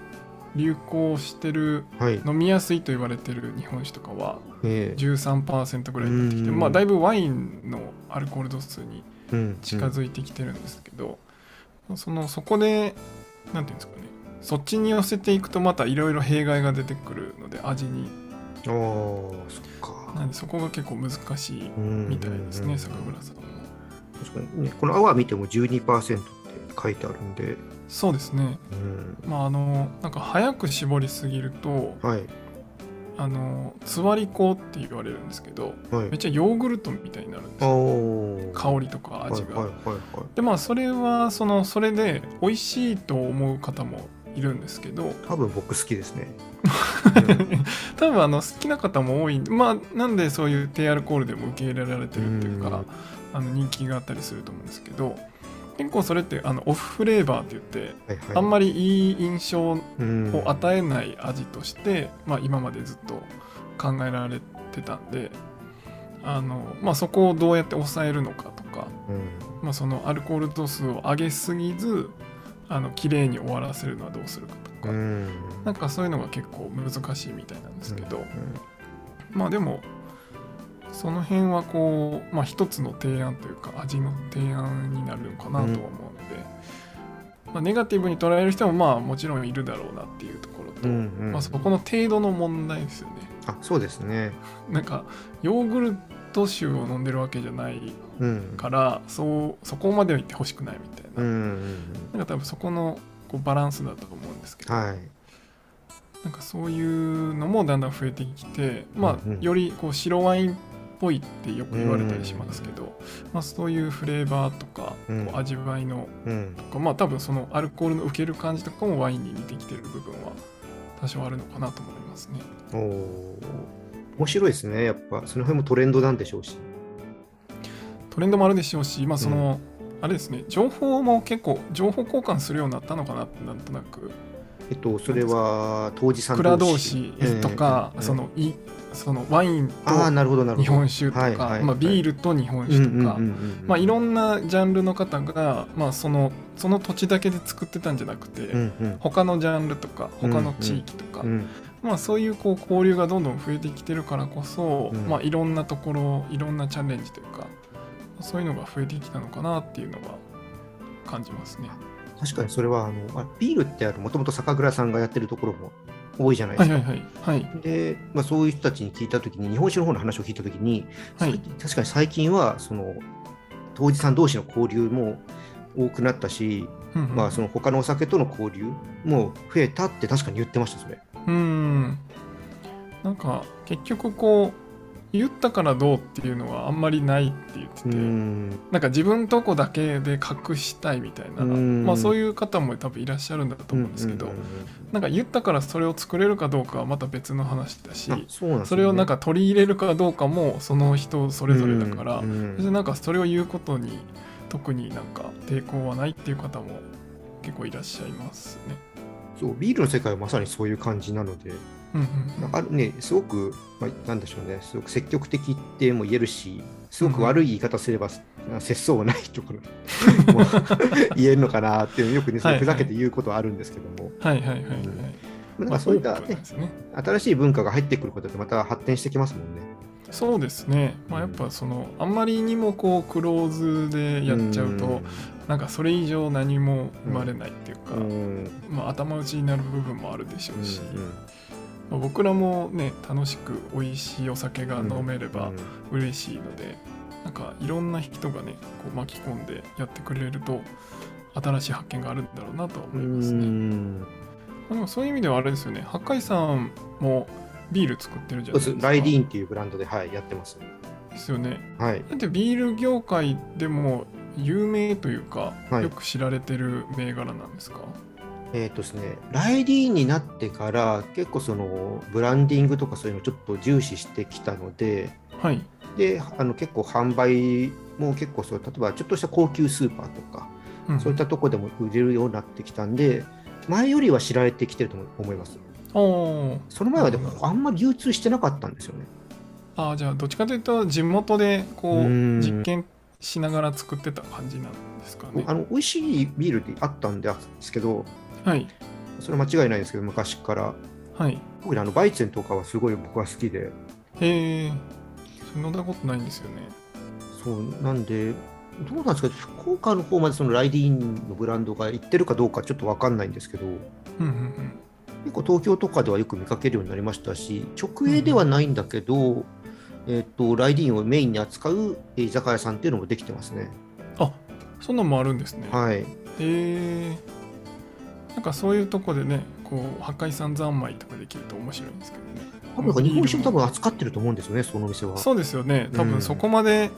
[SPEAKER 2] 流行してる
[SPEAKER 1] はい。
[SPEAKER 2] 飲みやすいと言われてる日本酒とかは
[SPEAKER 1] ええ
[SPEAKER 2] 13%ぐらいになってきて、
[SPEAKER 1] うん
[SPEAKER 2] まあ、だいぶワインのアルコール度数に
[SPEAKER 1] うん
[SPEAKER 2] 近づいてきてるんですけど、そのそこでなんていうんですかねそっちに寄せていくとまたいろいろ弊害が出てくるので味に
[SPEAKER 1] うんああ、そっ
[SPEAKER 2] な
[SPEAKER 1] か。
[SPEAKER 2] んでそこが結構難しいみ
[SPEAKER 1] み
[SPEAKER 2] たいですね、坂倉さんも
[SPEAKER 1] 確かにね、この泡見ても12%って書いてあるんで、
[SPEAKER 2] そうですね
[SPEAKER 1] うん、
[SPEAKER 2] まああのなんか早く絞りすぎると
[SPEAKER 1] はい、
[SPEAKER 2] あのつわり粉って言われるんですけど
[SPEAKER 1] はい
[SPEAKER 2] めっ。ちゃヨーグルトみたいになるんですよ
[SPEAKER 1] お
[SPEAKER 2] 香
[SPEAKER 1] り
[SPEAKER 2] りとか味が、
[SPEAKER 1] はいはいはいはい。
[SPEAKER 2] でまあそれはそのそれで美味しいと思う方もいるんですけど
[SPEAKER 1] 多分僕好きです ね。
[SPEAKER 2] 多分あの好きな方も多いまあなんでそういう低アルコールでも受け入れられてるっていうか、
[SPEAKER 1] うん
[SPEAKER 2] あの人気があったりすると思うんですけど結構それってあのオフフレーバーって言って
[SPEAKER 1] はいはい、
[SPEAKER 2] あんまりいい印象を
[SPEAKER 1] うん
[SPEAKER 2] 与えない味として、まあ、今までずっと考えられてたんであの、まあ、そこをどうやって抑えるのかとか、
[SPEAKER 1] うん
[SPEAKER 2] まあ、そのアルコール度数を上げすぎずあの綺麗に終わらせるのはどうするかとか、
[SPEAKER 1] うん
[SPEAKER 2] なんかそういうのが結構難しいみたいなんですけど。
[SPEAKER 1] うん
[SPEAKER 2] まあでもその辺はこう、まあ、一つの提案というか味の提案になるのかなとは思うので、まあ、ネガティブに捉える人もまあもちろんいるだろうなっていうところと、
[SPEAKER 1] うんうん
[SPEAKER 2] まあ、そこの程度の問題ですよね
[SPEAKER 1] あそうですね。
[SPEAKER 2] なんかヨーグルト酒を飲んでるわけじゃない
[SPEAKER 1] うん。
[SPEAKER 2] からそうそこまでは行ってほしくないみたいな,、
[SPEAKER 1] うんうん
[SPEAKER 2] なんか多分そこのこうバランスだと思うんですけ
[SPEAKER 1] うん。
[SPEAKER 2] ど、
[SPEAKER 1] はい。
[SPEAKER 2] なんかそういうのもだんだん増えてきて、ま
[SPEAKER 1] うんうん、
[SPEAKER 2] あよりこう白ワインっぽいってよく言われたりしますけど、まあ、そういうフレーバーとか、
[SPEAKER 1] うん
[SPEAKER 2] こう味わいの
[SPEAKER 1] うん。
[SPEAKER 2] とかまあ多分そのアルコールの受ける感じとかもワインに似てきてる部分は多少あるのかなと思いますね。
[SPEAKER 1] おお。面白いですね。やっぱその辺もトレンドなんでしょうし。
[SPEAKER 2] トレンドもあるでしょうし、まあそのあれですね、情報も結構情報交換するようになったのかなってなんとなく
[SPEAKER 1] えっとそれは当時さん
[SPEAKER 2] 蔵同士とか、そ。
[SPEAKER 1] ええええ
[SPEAKER 2] のいそのワインと
[SPEAKER 1] ああなるほどなるほど。
[SPEAKER 2] 日本酒とか、
[SPEAKER 1] はいはい
[SPEAKER 2] まあ、ビールと日本酒とか、
[SPEAKER 1] うんうんうんうん
[SPEAKER 2] まあ、いろんなジャンルの方が、まあ、そのその土地だけで作ってたんじゃなくて、
[SPEAKER 1] うんうん
[SPEAKER 2] 他のジャンルとか他の地域とか、
[SPEAKER 1] うん
[SPEAKER 2] まあ、そういうこう交流がどんどん増えてきてるからこそ、
[SPEAKER 1] うん
[SPEAKER 2] まあ、いろんなところいろんなチャレンジというかそういうのが増えてきたのかなっていうのは感じますね。
[SPEAKER 1] 確かにそれはあのあビールってあるもともと酒蔵さんがやってるところも多いじゃないで
[SPEAKER 2] はい
[SPEAKER 1] すか。
[SPEAKER 2] はいはいはい
[SPEAKER 1] で、まあ、そういう人たちに聞いたときに、日本酒の方の話を聞いたときに、
[SPEAKER 2] はい
[SPEAKER 1] 確かに最近は、その、当事さん同士の交流も多くなったし、
[SPEAKER 2] うんうん
[SPEAKER 1] まあ、その他のお酒との交流も増えたって確かに言ってました、それ。
[SPEAKER 2] うんなんか結局こう言ったからどうっていうのはあんまりないって言ってて。
[SPEAKER 1] ん。
[SPEAKER 2] なんか自分とこだけで隠したいみたいな、
[SPEAKER 1] うん
[SPEAKER 2] まあ、そういう方も多分いらっしゃるんだと思うんですけど、
[SPEAKER 1] う
[SPEAKER 2] なんか言ったからそれを作れるかどうかはまた別の話だし、
[SPEAKER 1] あそうなんですね
[SPEAKER 2] それをなんか取り入れるかどうかもその人それぞれだから、
[SPEAKER 1] うんうん
[SPEAKER 2] 別になんかそれを言うことに特になんか抵抗はないっていう方も結構いらっしゃいますね。
[SPEAKER 1] そうビールの世界はまさにそういう感じなので、
[SPEAKER 2] うんうんうん
[SPEAKER 1] なんかあるね、すごく、まあ、なんでしょうね、すごく積極的っても言えるし、すごく悪い言い方すれば、節操がないところ もう 言えるのかなっていうのよくね、それふざけて言うことはあるんですけども、
[SPEAKER 2] はいはいはいはい。
[SPEAKER 1] まあなん
[SPEAKER 2] まあ
[SPEAKER 1] かそういった、
[SPEAKER 2] オープン
[SPEAKER 1] ね
[SPEAKER 2] で、すね。
[SPEAKER 1] 新しい文化が入ってくることで、また発展してきますもんね。
[SPEAKER 2] そうですね。まあやっぱそのあんまりにもこうクローズでやっちゃうと、なんかそれ以上何も生まれないっていうか、
[SPEAKER 1] うん、うん
[SPEAKER 2] まあ頭打ちになる部分もあるでしょうし、
[SPEAKER 1] うん
[SPEAKER 2] まあ僕らもね楽しく美味しいお酒が飲めれば
[SPEAKER 1] うん
[SPEAKER 2] 嬉しいので、なんかいろんな人がねこう巻き込んでやってくれると新しい発見があるんだろうなとは
[SPEAKER 1] う
[SPEAKER 2] 思いますね。
[SPEAKER 1] ん
[SPEAKER 2] でもそういう意味ではあれですよね。八海さんもビール作ってるじ
[SPEAKER 1] そうで
[SPEAKER 2] ゃないですすか。
[SPEAKER 1] ライディーンっていうブランドで、はい、やってます。
[SPEAKER 2] ですよね。
[SPEAKER 1] はい、
[SPEAKER 2] だってビール業界でも有名というか、
[SPEAKER 1] はい
[SPEAKER 2] よく知られてる銘柄なんですか。
[SPEAKER 1] えっ、とですね、ライディーンになってから、結構そのブランディングとかそういうのをちょっと重視してきたので、
[SPEAKER 2] はい。
[SPEAKER 1] であの結構販売も結構そう例えばちょっとした高級スーパーとか、
[SPEAKER 2] うん
[SPEAKER 1] そういったとこでも売れるようになってきたんで前よりは知られてきてると思思います
[SPEAKER 2] おー
[SPEAKER 1] その前はで
[SPEAKER 2] な
[SPEAKER 1] も
[SPEAKER 2] るほど
[SPEAKER 1] あんまり流通してなかったんですよね
[SPEAKER 2] ああじゃあどっちかというと地元でこ
[SPEAKER 1] う
[SPEAKER 2] う
[SPEAKER 1] ーん
[SPEAKER 2] 実験しながら作ってた感じなんですかね
[SPEAKER 1] あ。の美味しいビールってあったんですけど
[SPEAKER 2] はい
[SPEAKER 1] それは間違いないんですけど昔から
[SPEAKER 2] はい。
[SPEAKER 1] 特にあのバイツェンとかはすごい僕は好きで
[SPEAKER 2] へえ。それ飲んだことないんですよね。
[SPEAKER 1] そうなんでどうなんですか福岡の方までそのライディーンのブランドが行ってるかどうかちょっと分かんないんですけど
[SPEAKER 2] うんうんうん。
[SPEAKER 1] 結構東京とかではよく見かけるようになりましたし直営ではないんだけど、えっとライディーンをメインに扱うえー居酒屋さんっていうのもできてますね。
[SPEAKER 2] あそんなんもあるんですね。
[SPEAKER 1] はい、
[SPEAKER 2] へえなんかそういうとこでねこう破壊三三昧とかできると面白いんですけどね
[SPEAKER 1] 多分なんか日本酒も多分扱ってると思うんですよね、そのお店は。
[SPEAKER 2] そうですよね多
[SPEAKER 1] うん
[SPEAKER 2] 分そこまで、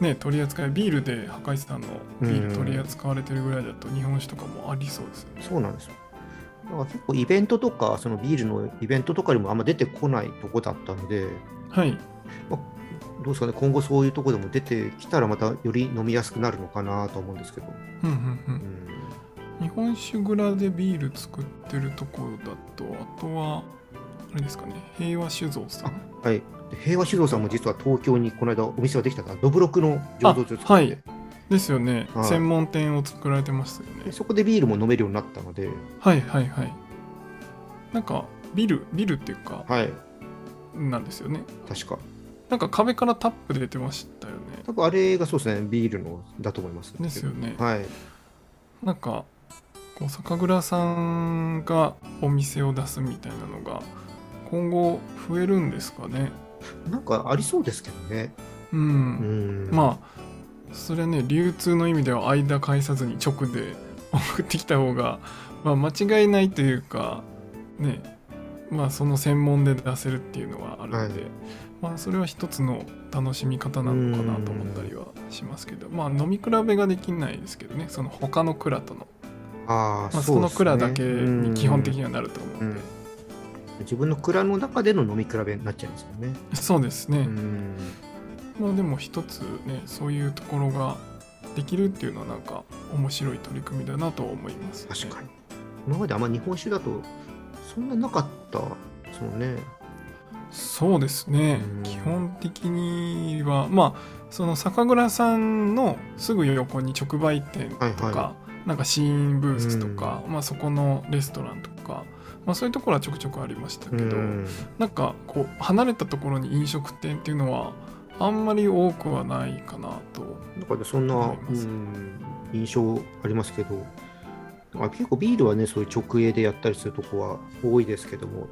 [SPEAKER 2] ね取り扱いビールで破壊さんのビー
[SPEAKER 1] うん
[SPEAKER 2] ル取り扱われてるぐらいだと日本酒とかもありそうですよね
[SPEAKER 1] そうなんですよ。だから結構イベントとか、そのビールのイベントとかにもあんま出てこないとこだったので、
[SPEAKER 2] はい
[SPEAKER 1] どうですかね、今後そういうとこでも出てきたら、またより飲みやすくなるのかなと思うんですけど。
[SPEAKER 2] うんうんう
[SPEAKER 1] うんん
[SPEAKER 2] 日本酒蔵でビール作ってるとこだとあとはあれですかね平和酒造さん
[SPEAKER 1] はい、で平和酒造さんも実は東京にこの間お店ができたから、どぶろくの醸造所を作って、
[SPEAKER 2] あはいですよね、
[SPEAKER 1] はい
[SPEAKER 2] 専門店を作られてますよね
[SPEAKER 1] でそこでビールも飲めるようになったので、
[SPEAKER 2] はいはいはいなんかビルビルっていうか
[SPEAKER 1] はい、
[SPEAKER 2] なんですよね
[SPEAKER 1] 確か。
[SPEAKER 2] なんか壁からタップで出てましたよね
[SPEAKER 1] 多分あれがそうですね、ビールのだと思います。
[SPEAKER 2] ですよね
[SPEAKER 1] はい。
[SPEAKER 2] なんかこう酒蔵さんがお店を出すみたいなのが今後増えるんですかね
[SPEAKER 1] なんかありそうですけどね。
[SPEAKER 2] う、
[SPEAKER 1] うんん。あ、
[SPEAKER 2] まあそれね流通の意味では間介さずに直で送ってきた方が、 まあ、間違いないというかねまあその専門で出せるっていうのはあるんで、まあそれは一つの楽しみ方なのかなと思ったりはしますけどまあ飲み比べができないですけどねその他の蔵との、
[SPEAKER 1] あー
[SPEAKER 2] まあ、
[SPEAKER 1] そ
[SPEAKER 2] そう
[SPEAKER 1] で
[SPEAKER 2] の
[SPEAKER 1] すね
[SPEAKER 2] 蔵だけに基本的に
[SPEAKER 1] うん
[SPEAKER 2] はなると思うんで、
[SPEAKER 1] うん自分の蔵の中での飲み比べになっちゃいますよね。
[SPEAKER 2] そうですね、
[SPEAKER 1] うん。
[SPEAKER 2] まあでも一つねそういうところができるっていうのはなんか面白い取り組みだなと思います、ね、
[SPEAKER 1] 確かに。今まであんま日本酒だと、そんななかった。そうね。
[SPEAKER 2] そうですね
[SPEAKER 1] うん
[SPEAKER 2] 基本的にはまあその酒蔵さんのすぐ横に直売店とか、
[SPEAKER 1] はいは
[SPEAKER 2] なんか試飲ブースとか、まあ、そこのレストランとか、まあ、そういうところはちょくちょくありましたけ
[SPEAKER 1] う
[SPEAKER 2] ど、
[SPEAKER 1] ん。
[SPEAKER 2] なんかこう離れたところに飲食店っていうのはあんまり多くはないかなと
[SPEAKER 1] なんかねそんな、
[SPEAKER 2] 思いま
[SPEAKER 1] う
[SPEAKER 2] す
[SPEAKER 1] ん、印象ありますけど、なんか結構ビールはね、そういう直営でやったりするとこは多いですけども、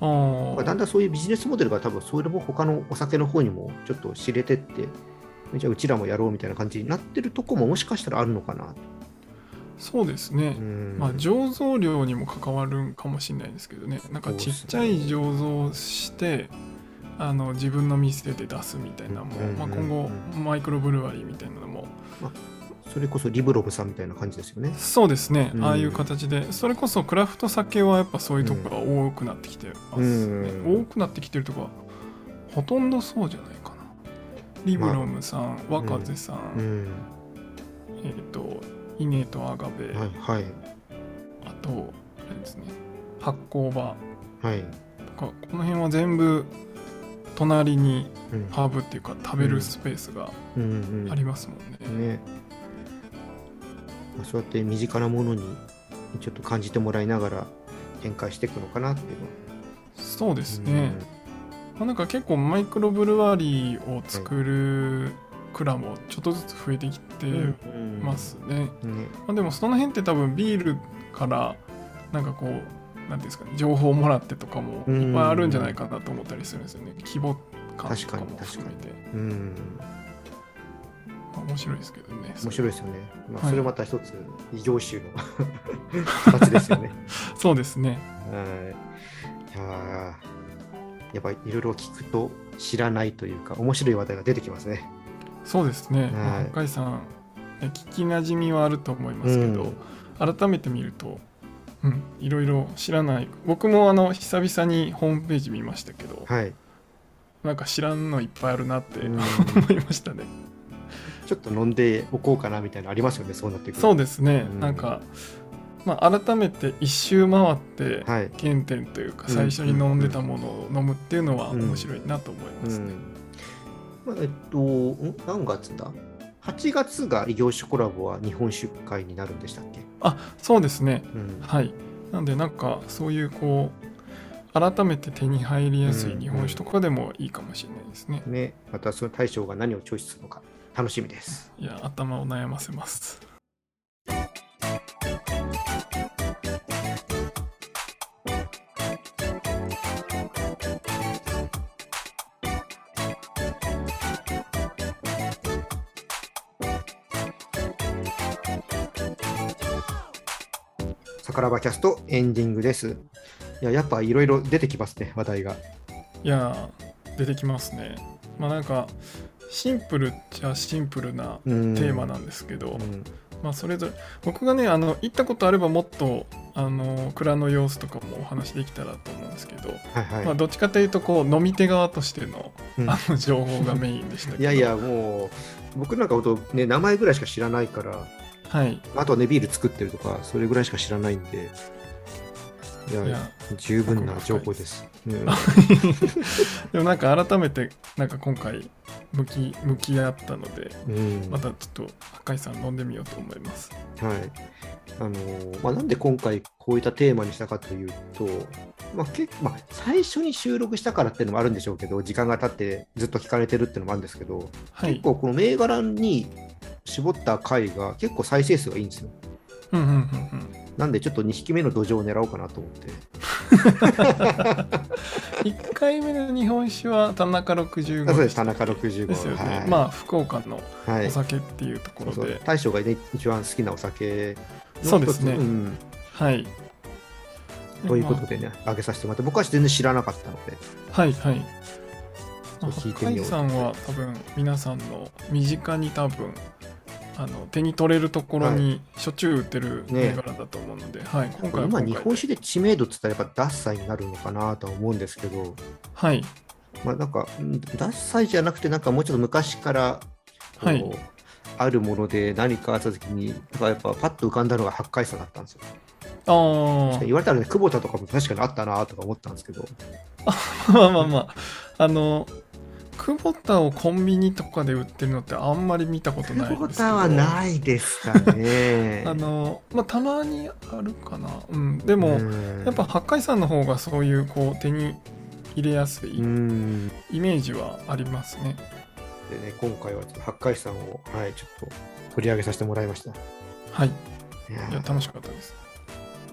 [SPEAKER 2] あ
[SPEAKER 1] まあ、だん
[SPEAKER 2] ー
[SPEAKER 1] だんそういうビジネスモデルが多分それも他のお酒の方にもちょっと知れてってじゃあうちらもやろうみたいな感じになってるとこももしかしたらあるのかなと
[SPEAKER 2] そうですね、
[SPEAKER 1] うん
[SPEAKER 2] まあ、醸造量にも関わるんかもしれないですけどねなんかちっちゃい醸造をしてあの自分の店で出すみたいなのも、
[SPEAKER 1] うんうん
[SPEAKER 2] まあ、
[SPEAKER 1] うん
[SPEAKER 2] 今後マイクロブルワリーみたいなのも
[SPEAKER 1] それこそリブロブさんみたいな感じですよね。
[SPEAKER 2] そうですね、
[SPEAKER 1] うん
[SPEAKER 2] ああいう形でそれこそクラフト酒はやっぱそういうとこが多くなってきてますね、
[SPEAKER 1] うん
[SPEAKER 2] 多くなってきてるとこはほとんどそうじゃないかなリブロムさん、
[SPEAKER 1] あ
[SPEAKER 2] 若瀬さん、
[SPEAKER 1] うん
[SPEAKER 2] えっ、と稲とアガベ、
[SPEAKER 1] はいはい
[SPEAKER 2] あとあれですね発酵場
[SPEAKER 1] はい、
[SPEAKER 2] とかこの辺は全部隣に
[SPEAKER 1] うん
[SPEAKER 2] ハーブっていうか食べるスペースが
[SPEAKER 1] うんうん
[SPEAKER 2] ありますもんね、
[SPEAKER 1] ね、まあ、そうやって身近なものにちょっと感じてもらいながら展開していくのかなっていうのは
[SPEAKER 2] そうですね、まあなんか結構マイクロブルワリーを作る蔵もちょっとずつ増えてきて
[SPEAKER 1] うん
[SPEAKER 2] ますね、
[SPEAKER 1] ね
[SPEAKER 2] まあ、でもその辺って多分ビールからなんかこう何ていうんですかね情報をもらってとかも
[SPEAKER 1] うん
[SPEAKER 2] いっぱいあるんじゃないかなと思ったりするんですよね規模感
[SPEAKER 1] 確
[SPEAKER 2] と
[SPEAKER 1] か
[SPEAKER 2] か
[SPEAKER 1] に
[SPEAKER 2] も含めて、
[SPEAKER 1] うん
[SPEAKER 2] まあ面白いですけどね
[SPEAKER 1] 面白いですよね、まあ、
[SPEAKER 2] はい
[SPEAKER 1] それまた一つ異業種 の形ですよね
[SPEAKER 2] そうですね
[SPEAKER 1] はいいやーやっぱりいろいろ聞くと知らないというか面白い話題が出てきますね
[SPEAKER 2] そうですね、まあ
[SPEAKER 1] はい
[SPEAKER 2] 北海さんね聞きなじみはあると思いますけど、改めて見るとうんいろいろ知らない僕もあの久々にホームページ見ましたけど
[SPEAKER 1] はい、
[SPEAKER 2] なんか知らんのいっぱいあるなって
[SPEAKER 1] うん
[SPEAKER 2] 思いましたね
[SPEAKER 1] ちょっと飲んでおこうかなみたいなのありますよねそうなってくると
[SPEAKER 2] そうですね、
[SPEAKER 1] うん
[SPEAKER 2] なんか、まあ、改めて一周回って
[SPEAKER 1] はい
[SPEAKER 2] 原点というか
[SPEAKER 1] うん
[SPEAKER 2] 最初に飲んでたものを飲むっていうのは
[SPEAKER 1] うん
[SPEAKER 2] 面白いなと思いますね。
[SPEAKER 1] まあえっと、ん何月だ ?8 月が異業種コラボは日本出会になるんでしたっけ、
[SPEAKER 2] あそうですね
[SPEAKER 1] うん
[SPEAKER 2] はいなんでなんかそういうこう改めて手に入りやす
[SPEAKER 1] う
[SPEAKER 2] い
[SPEAKER 1] ん
[SPEAKER 2] 日本酒とかでもいいかもしれないですね。
[SPEAKER 1] ね、またその大将が何をチョイスするのか楽しみです。
[SPEAKER 2] いや頭を悩ませます。
[SPEAKER 1] さからばキャストエンディングです。いや、やっぱいろいろ出てきますね、話題が。
[SPEAKER 2] いやー出てきますね。まあなんかシンプルっちゃシンプルな
[SPEAKER 1] テ
[SPEAKER 2] テーマ
[SPEAKER 1] な
[SPEAKER 2] なんですけど、
[SPEAKER 1] うん
[SPEAKER 2] まあ、それぞれ僕がねあの行ったことあればもっとあの蔵の様子とかもお話できたらと思うんですけど、
[SPEAKER 1] はいはい。
[SPEAKER 2] まあ、どっちかというとこう飲み手側としての
[SPEAKER 1] うん
[SPEAKER 2] あの情報がメインでしたけど
[SPEAKER 1] いやいや、もう、僕なんかほんと、ね、名前ぐらいしか知らないから、
[SPEAKER 2] はい
[SPEAKER 1] あとはね、ビール作ってるとか、それぐらいしか知らないんで、いや、
[SPEAKER 2] いや
[SPEAKER 1] 十分な情報です。 うん
[SPEAKER 2] でもなんか改めてなんか今回向き向き合ったので
[SPEAKER 1] うん
[SPEAKER 2] またちょっと赤井さん飲んでみようと思います
[SPEAKER 1] はいあのーまあ、なんで今回こういったテーマにしたかというと、まあ結まあ、最初に収録したからっていうのもあるんでしょうけど時間が経ってずっと聞かれてるっていうのもあるんですけど、
[SPEAKER 2] は
[SPEAKER 1] 結
[SPEAKER 2] い
[SPEAKER 1] 構この銘柄に絞った回が結構再生数がいいんですよ
[SPEAKER 2] うんうんうんうん
[SPEAKER 1] なんでちょっと2匹目の土壌を狙おうかなと思って
[SPEAKER 2] 1回目の日本酒は田中65
[SPEAKER 1] あそうです
[SPEAKER 2] した
[SPEAKER 1] 田
[SPEAKER 2] っけ
[SPEAKER 1] 中65
[SPEAKER 2] ですよね、
[SPEAKER 1] はい
[SPEAKER 2] まあ福岡の
[SPEAKER 1] はい
[SPEAKER 2] お酒っていうところで、
[SPEAKER 1] そうそう大将が、ね、一番好きなお酒の一つ
[SPEAKER 2] そうですね
[SPEAKER 1] ん
[SPEAKER 2] はい
[SPEAKER 1] ということでねあげさせてもらって僕は全然知らなかったので
[SPEAKER 2] はいはい。まあ
[SPEAKER 1] 聞いて
[SPEAKER 2] 白
[SPEAKER 1] みよ
[SPEAKER 2] 井
[SPEAKER 1] う
[SPEAKER 2] さんは多分皆さんの身近に多分あの手に取れるところにしょっちゅう売ってる銘柄だと思うので、はい、今回は
[SPEAKER 1] 今
[SPEAKER 2] 今回
[SPEAKER 1] 日本酒で知名度っつったらやっぱダッサイになるのかなとは思うんですけど、
[SPEAKER 2] はい
[SPEAKER 1] まあ、なんかうんダッサイじゃなくてなんかもうちょっと昔からこう、
[SPEAKER 2] はい
[SPEAKER 1] あるもので何かあった時にだからやっぱパッと浮かんだのが八海山だったんですよ。
[SPEAKER 2] あー
[SPEAKER 1] 言われたらね久保田とかも確かにあったなとか思ったんですけど、
[SPEAKER 2] まあまあまああの久保田をコンビニとかで売ってるのってあんまり見たことないんで
[SPEAKER 1] 久
[SPEAKER 2] すけど
[SPEAKER 1] 保田はいないですかね。
[SPEAKER 2] あのまあたまにあるかなうんでも、
[SPEAKER 1] うん
[SPEAKER 2] やっぱ八海山の方がそういうこう手に入れやすい
[SPEAKER 1] うん
[SPEAKER 2] イメージはありますね、
[SPEAKER 1] でね今回はちょっと八海山をはいちょっと取り上げさせてもらいました。い
[SPEAKER 2] はい
[SPEAKER 1] やー
[SPEAKER 2] いや楽しかったです。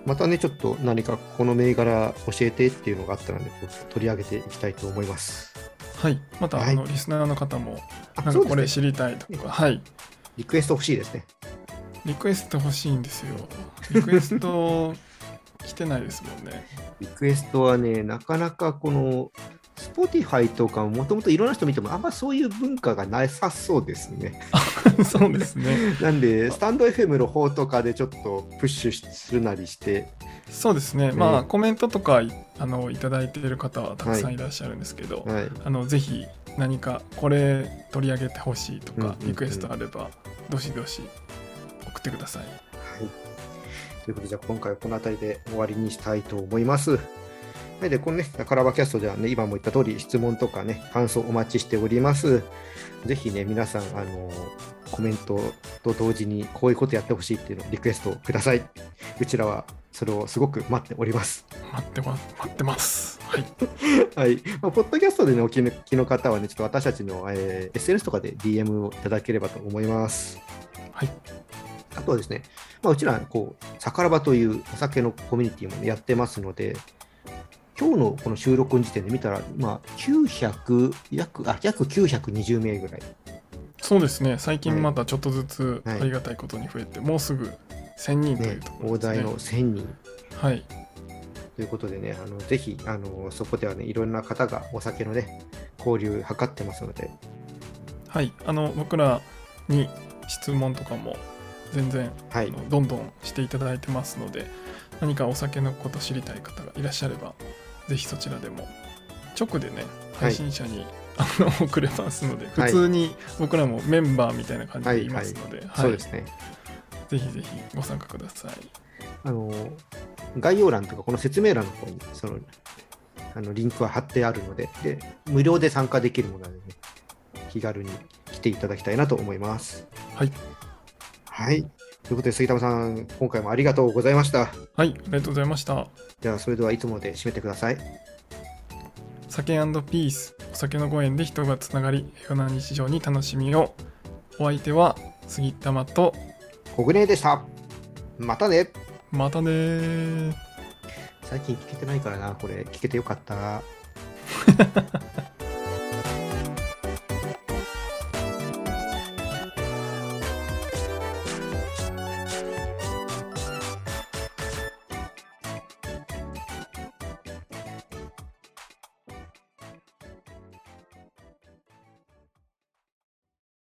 [SPEAKER 1] またね、ちょっと何かこの銘柄教えてっていうのがあったので、こう取り上げていきたいと思います。
[SPEAKER 2] はい。また、
[SPEAKER 1] はい
[SPEAKER 2] あのリスナーの方も
[SPEAKER 1] あ
[SPEAKER 2] なん
[SPEAKER 1] そ
[SPEAKER 2] か
[SPEAKER 1] う
[SPEAKER 2] こ
[SPEAKER 1] で
[SPEAKER 2] れ
[SPEAKER 1] すね
[SPEAKER 2] 知りたいとか、はい。
[SPEAKER 1] リクエスト欲しいですね。
[SPEAKER 2] リクエスト欲しいんですよ。リクエスト来てないですも んね。
[SPEAKER 1] リクエストはね、なかなかこの、Spotify とかももともといろんな人見ても、あんまそういう文化がなさそうです ね。
[SPEAKER 2] そうですね。
[SPEAKER 1] なんで、スタンド FM の方とかでちょっとプッシュするなりして、
[SPEAKER 2] そうですね。まあ、
[SPEAKER 1] うん
[SPEAKER 2] コメントとかいあのいただいている方はたくさ
[SPEAKER 1] は
[SPEAKER 2] ん
[SPEAKER 1] い
[SPEAKER 2] いらっしゃるんですけど、
[SPEAKER 1] はい、
[SPEAKER 2] あのぜひ何かこれ取り上げてほしいと
[SPEAKER 1] うんう
[SPEAKER 2] か
[SPEAKER 1] んうん
[SPEAKER 2] リクエストあればどしどし送ってください。
[SPEAKER 1] ということで、じゃあ今回はこの辺りで終わりにしたいと思います。はい、で、このね、カラバキャストではね、今も言った通り、質問とかね、感想お待ちしております。ぜひね、皆さん、あの、コメントと同時に、こういうことやってほしいっていうのをリクエストください。うちらは、それをすごく待っております。
[SPEAKER 2] 待ってます。待ってます。はい。
[SPEAKER 1] はい。まあ、ポッドキャストでね、お聞きの方はね、ちょっと私たちの、えー SNS とかで DM をいただければと思います。
[SPEAKER 2] はい。
[SPEAKER 1] あとはですね、まあ、うちら、こう、さからばというお酒のコミュニティも、ね、やってますので、今日のこの収録の時点で見たら、まあ、900、約、あ、約920名ぐらい。
[SPEAKER 2] そうですね。最近またちょっとずつ
[SPEAKER 1] はい
[SPEAKER 2] ありがたいことに増えて、もうすぐ1000人とい
[SPEAKER 1] ね
[SPEAKER 2] うと、ころ
[SPEAKER 1] 大台
[SPEAKER 2] ですね。
[SPEAKER 1] の1000人
[SPEAKER 2] はい。
[SPEAKER 1] ということでね、あのぜひ、あのそこではね、いろんな方がお酒のね、交流を図ってますので、
[SPEAKER 2] はい。あの、僕らに質問とかも全然、
[SPEAKER 1] はい
[SPEAKER 2] あ。のどんどんしていただいてますので、何かお酒のこと知りたい方がいらっしゃれば、ぜひそちらでも直でね、配信者に、あの送れますので、普通に僕らもメンバーみたいな感じでいますので、はい
[SPEAKER 1] そうですね。
[SPEAKER 2] ぜひぜひご参加ください。
[SPEAKER 1] あの概要欄とかこの説明欄の方にそのあのリンクは貼ってあるのでで無料で参加できるものなので、ね、気軽に来ていただきたいなと思います。
[SPEAKER 2] はい、
[SPEAKER 1] はい、ということで杉玉さん今回もありがとうございました。
[SPEAKER 2] はい、ありがとうございました。
[SPEAKER 1] ではそれではいつもで締めてください。
[SPEAKER 2] 酒ピース、お酒のご縁で人がつながり、平和な日常に楽しみを。お相手は杉玉と、
[SPEAKER 1] 小暮でした。またね
[SPEAKER 2] またねー。
[SPEAKER 1] 最近聞けてないからなこれ聞けてよかった。